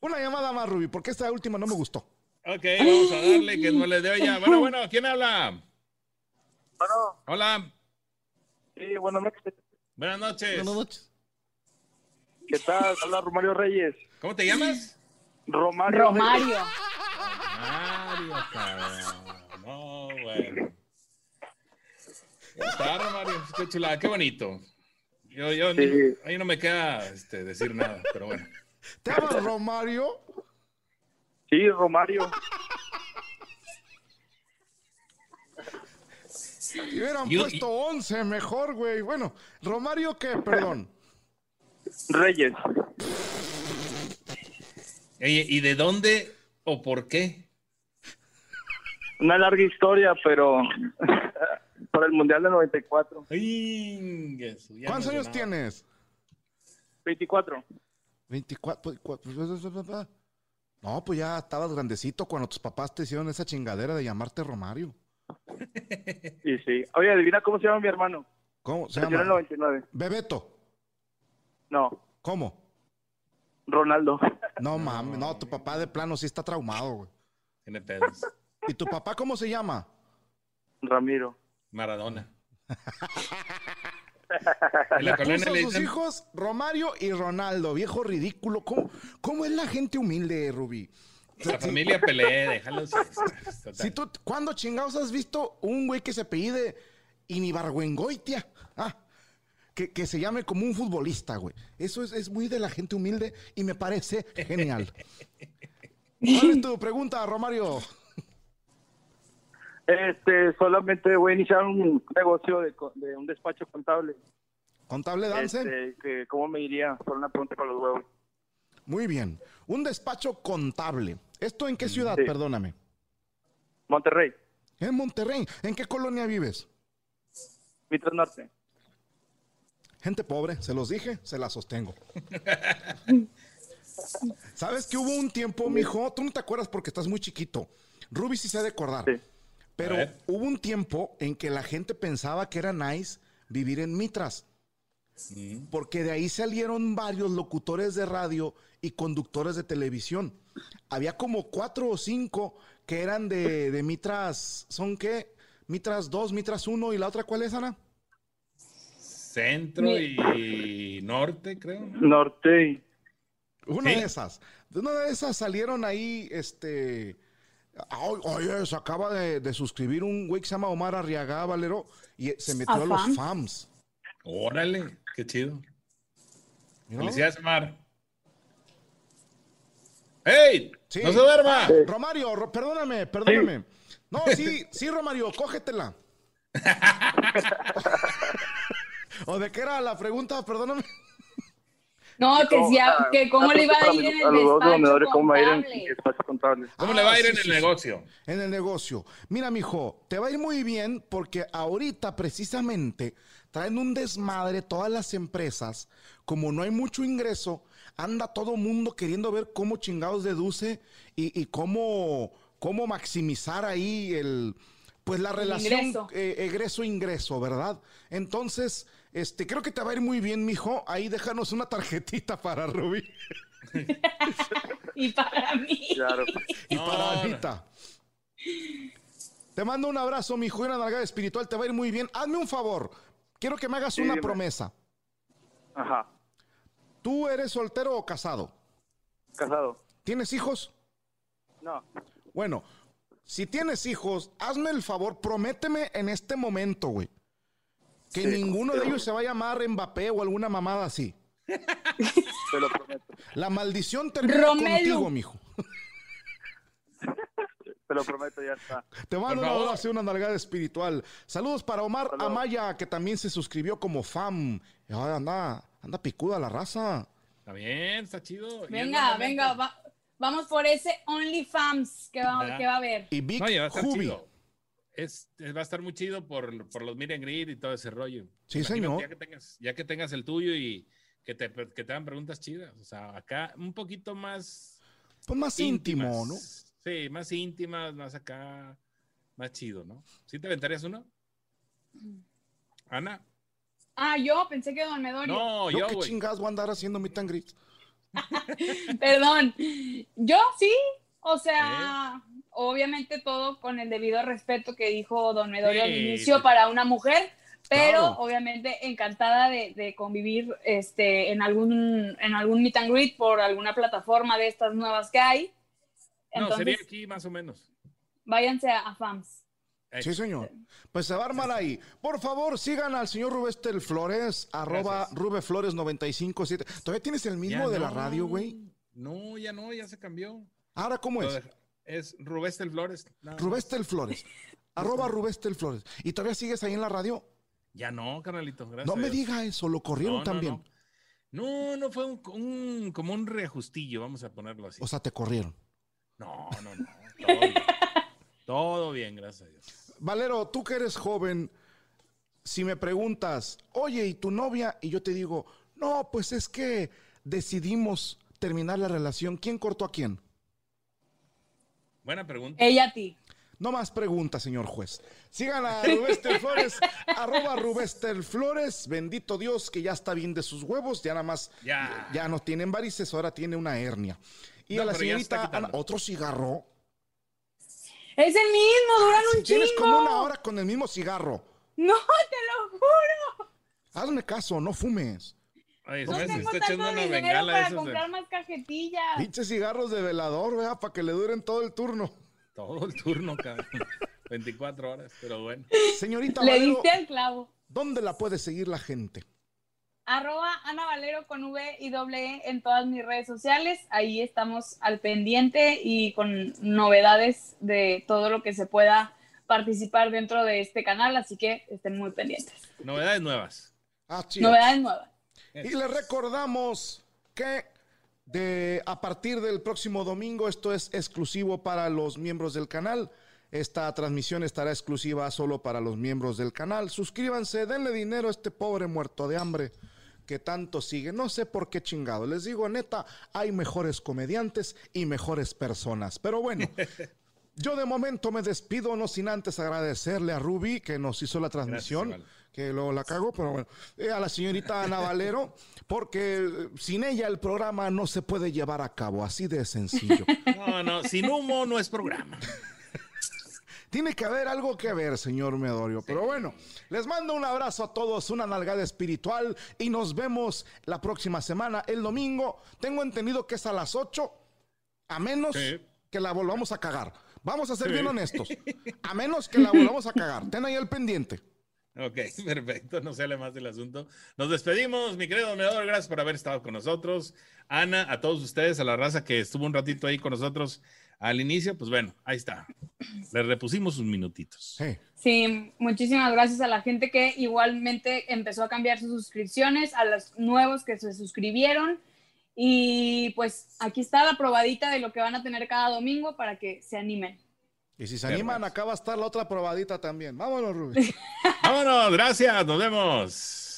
Una llamada más, Ruby, porque esta última no me gustó. Ok, vamos a darle que no le dé ya. Bueno, bueno, ¿quién habla? Bueno, Hola, Sí, bueno, buenas noches. Buenas noches. ¿qué tal? Habla Romario Reyes. ¿Cómo te llamas? Romario. Romario. Mario, Ah, cabrón. No, bueno. Ya Está, Romario, pues, qué chulada, qué bonito. Yo, yo, Sí. ahí no me queda este, decir nada, pero bueno. ¿Te llamas Romario? Sí, Romario. Y hubieran Yo- puesto 11 mejor, güey. Bueno, Romario, ¿qué? Perdón. Reyes. Oye, ¿y de dónde o por qué? Una larga historia, pero para el Mundial del 94. Ingues, ya ¿Cuántos me años sonaba. tienes? 24. 24. pues, cua- pues, pues, pues, pues, No, pues ya estabas grandecito cuando tus papás te hicieron esa chingadera de llamarte Romario. Y sí. Oye, adivina cómo se llama mi hermano. ¿Cómo se Nació en el llama? 99. Bebeto. No, ¿Cómo? Ronaldo. No mames, no, tu papá de plano sí está traumado, güey. Tiene pedos. ¿Y tu papá cómo se llama? Ramiro. Maradona. En la Puso colonia a le sus dicen, hijos Romario y Ronaldo, viejo ridículo. ¿Cómo, cómo es la gente humilde, Rubí? la familia Pelé, déjalos. Total. Si tú, ¿Cuándo chingados has visto un güey que se apellide Inibargüengoitia? Ah, que, que se llame como un futbolista, güey. Eso es, es muy de la gente humilde y me parece genial. ¿Cuál es tu pregunta, Romario? Este, solamente voy a iniciar un negocio de, co- de un despacho contable. Contable Dansen. Este, que, ¿Cómo me iría? Solo una pregunta con los huevos. Muy bien. Un despacho contable. ¿Esto en qué ciudad? Sí. Perdóname. Monterrey, En Monterrey. ¿En qué colonia vives? Vitras Norte. Gente pobre, se los dije, se la sostengo. ¿Sabes que hubo un tiempo, mijo? Tú no te acuerdas porque estás muy chiquito. Ruby sí se ha de acordar. Sí. Pero A ver. hubo un tiempo en que la gente pensaba que era nice vivir en Mitras. Mm. Porque de ahí salieron varios locutores de radio y conductores de televisión. Había como cuatro o cinco que eran de, de Mitras. ¿Son qué? Mitras 2, Mitras 1 y la otra, ¿cuál es, Ana? Centro y norte, creo. Norte y... Una ¿Sí? de esas. De una de esas salieron ahí, este. ay, Oye, se acaba de, de suscribir un güey que se llama Omar Arriaga Valero y eh, se metió a, ¿A los fams? FAMS. Órale, qué chido. ¿no? Felicidades, Omar. ¡Ey! Sí. ¡No se duerma! Romario, Ro- perdóname, perdóname. No, sí, sí, Romario, cógetela. ¿O de qué era la pregunta? Perdóname. No, que ¿Cómo? si a- Ah, que cómo una le iba a ir pregunta en el para los- a los dos despacho domadores, ¿Cómo va a ir en el contable. despacho contable? ¿Cómo le va a Ah, ir sí, en el sí, sí. negocio? En el negocio. Mira, mijo, te va a ir muy bien porque ahorita precisamente traen un desmadre todas las empresas. Como no hay mucho ingreso, anda todo mundo queriendo ver cómo chingados deduce y, y cómo, cómo maximizar ahí el. Pues la relación ingreso. eh, egreso-ingreso, ¿verdad? Entonces, este, creo que te va a ir muy bien, mijo. Ahí déjanos una tarjetita para Rubí Y para mí. Claro. pues. y No, para no. Anita. Te mando un abrazo, mi hijo, y una nalgada espiritual. Te va a ir muy bien. Hazme un favor. Quiero que me hagas una dime. promesa. Ajá. ¿Tú eres soltero o casado? Casado. ¿Tienes hijos? No. Bueno, si tienes hijos, hazme el favor, prométeme en este momento, güey. Que Sí, ninguno de pero- ellos se va a llamar Mbappé o alguna mamada así. Te lo prometo. La maldición termina Romelu. contigo, mijo. Te lo prometo, ya está. Te mando Por un favor. abrazo y una nalgada espiritual. Saludos para Omar Saludos. Amaya, que también se suscribió como fam. Ay, anda, anda picuda la raza. Está bien, está chido. Y es Venga, buen momento. venga, va- vamos por ese OnlyFans que va, Ya. que va a haber. Y Big No, y va a estar Hubi. chido. Es, es- va a estar muy chido por, por los Miren Grid y todo ese rollo. Sí, Imagínate, señor. Ya que, tengas, ya que tengas el tuyo y que te, que te hagan preguntas chidas. O sea, acá un poquito más Pues más íntimo, íntimas. ¿no? Sí, más íntimas, más acá, más chido, ¿no? ¿Sí te aventarías uno? Ana. Ah, yo pensé que Don Medorio. No, Yo yo, qué güey. chingadas voy a andar haciendo mi tan gris. Perdón. Yo sí, o sea, obviamente todo con el debido respeto que dijo Don Medorio al Sí, inicio sí. para una mujer, pero Claro. obviamente encantada de, de convivir este, en algún en algún meet and greet por alguna plataforma de estas nuevas que hay. No, Entonces, sería aquí más o menos. váyanse a, a FAMS. Eh, Sí, señor. Pues se va a armar ahí. Por favor, sigan al señor Rubestel Flores, arroba Gracias. rubeflores957. ¿Todavía tienes el ya mismo de la no. radio, güey? No, ya no, ya se cambió. Ahora, ¿cómo Lo es? deja- Es Rubestel Flores. nada más. Rubestel Flores. Arroba Rubestel Flores. ¿Y todavía sigues ahí en la radio? Ya no, carnalito. Gracias. No a me Dios. diga eso, lo corrieron No, no, también. No. No, no, fue un, un- como un reajustillo, vamos a ponerlo así. O sea, te corrieron. no, no, no. Todo bien. Todo bien, gracias a Dios. Valero, tú que eres joven, si me preguntas, oye, ¿y tu novia? Y yo te digo, no, pues es que decidimos terminar la relación. ¿Quién cortó a quién? Buena pregunta. Ella a ti. No más preguntas, señor juez. Sigan a Rubestel Flores, arroba Rubestel Flores. Bendito Dios que ya está bien de sus huevos. Ya nada más, Ya. ya, no tienen varices, ahora tiene una hernia. Y No, a la pero ya está señorita, quitando. Ana, otro cigarro. Es el mismo, duran Si un chingo. tienes como una hora con el mismo cigarro. No, te lo juro. Hazme caso, no fumes. Oye, No se me tengo está echando tanto una dinero bengala de para esos de comprar más cajetillas. Pinches cigarros de velador, vea, para que le duren todo el turno. todo el turno, cabrón. 24 horas, pero bueno. Señorita Le Valero, diste al clavo. ¿dónde la puede seguir la gente? arroba Ana Valero con V y doble E en todas mis redes sociales. Ahí estamos al pendiente y con novedades de todo lo que se pueda participar dentro de este canal, así que estén muy pendientes. Novedades nuevas. Así es. Novedades nuevas. Ah, Y les recordamos que de, a partir del próximo domingo, esto es exclusivo para los miembros del canal. Esta transmisión estará exclusiva solo para los miembros del canal. Suscríbanse, denle dinero a este pobre muerto de hambre que tanto sigue. No sé por qué chingado. Les digo, neta, hay mejores comediantes y mejores personas. Pero bueno, yo de momento me despido, no sin antes agradecerle a Ruby que nos hizo la transmisión. Val. Que luego la cago, pero bueno. Eh, a la señorita Ana Valero, porque eh, sin ella el programa no se puede llevar a cabo, así de sencillo. No, no, sin humo no es programa. Tiene que haber algo que ver, señor Medorio. Pero bueno, les mando un abrazo a todos, una nalgada espiritual y nos vemos la próxima semana, el domingo. Tengo entendido que es a las 8, a menos Sí. que la volvamos a cagar. Vamos a ser Sí. bien honestos. A menos que la volvamos a cagar. Ten ahí el pendiente. Ok, perfecto, no sale más del asunto. Nos despedimos, mi querido dominador, gracias por haber estado con nosotros. Ana, a todos ustedes, a la raza que estuvo un ratito ahí con nosotros al inicio, pues bueno, ahí está. Le repusimos sus minutitos. Sí. Sí, muchísimas gracias a la gente que igualmente empezó a cambiar sus suscripciones, a los nuevos que se suscribieron. Y pues aquí está la probadita de lo que van a tener cada domingo para que se animen. Y si se animan, Hermoso. acá va a estar la otra probadita también. Vámonos, Rubén. Vámonos, gracias, nos vemos.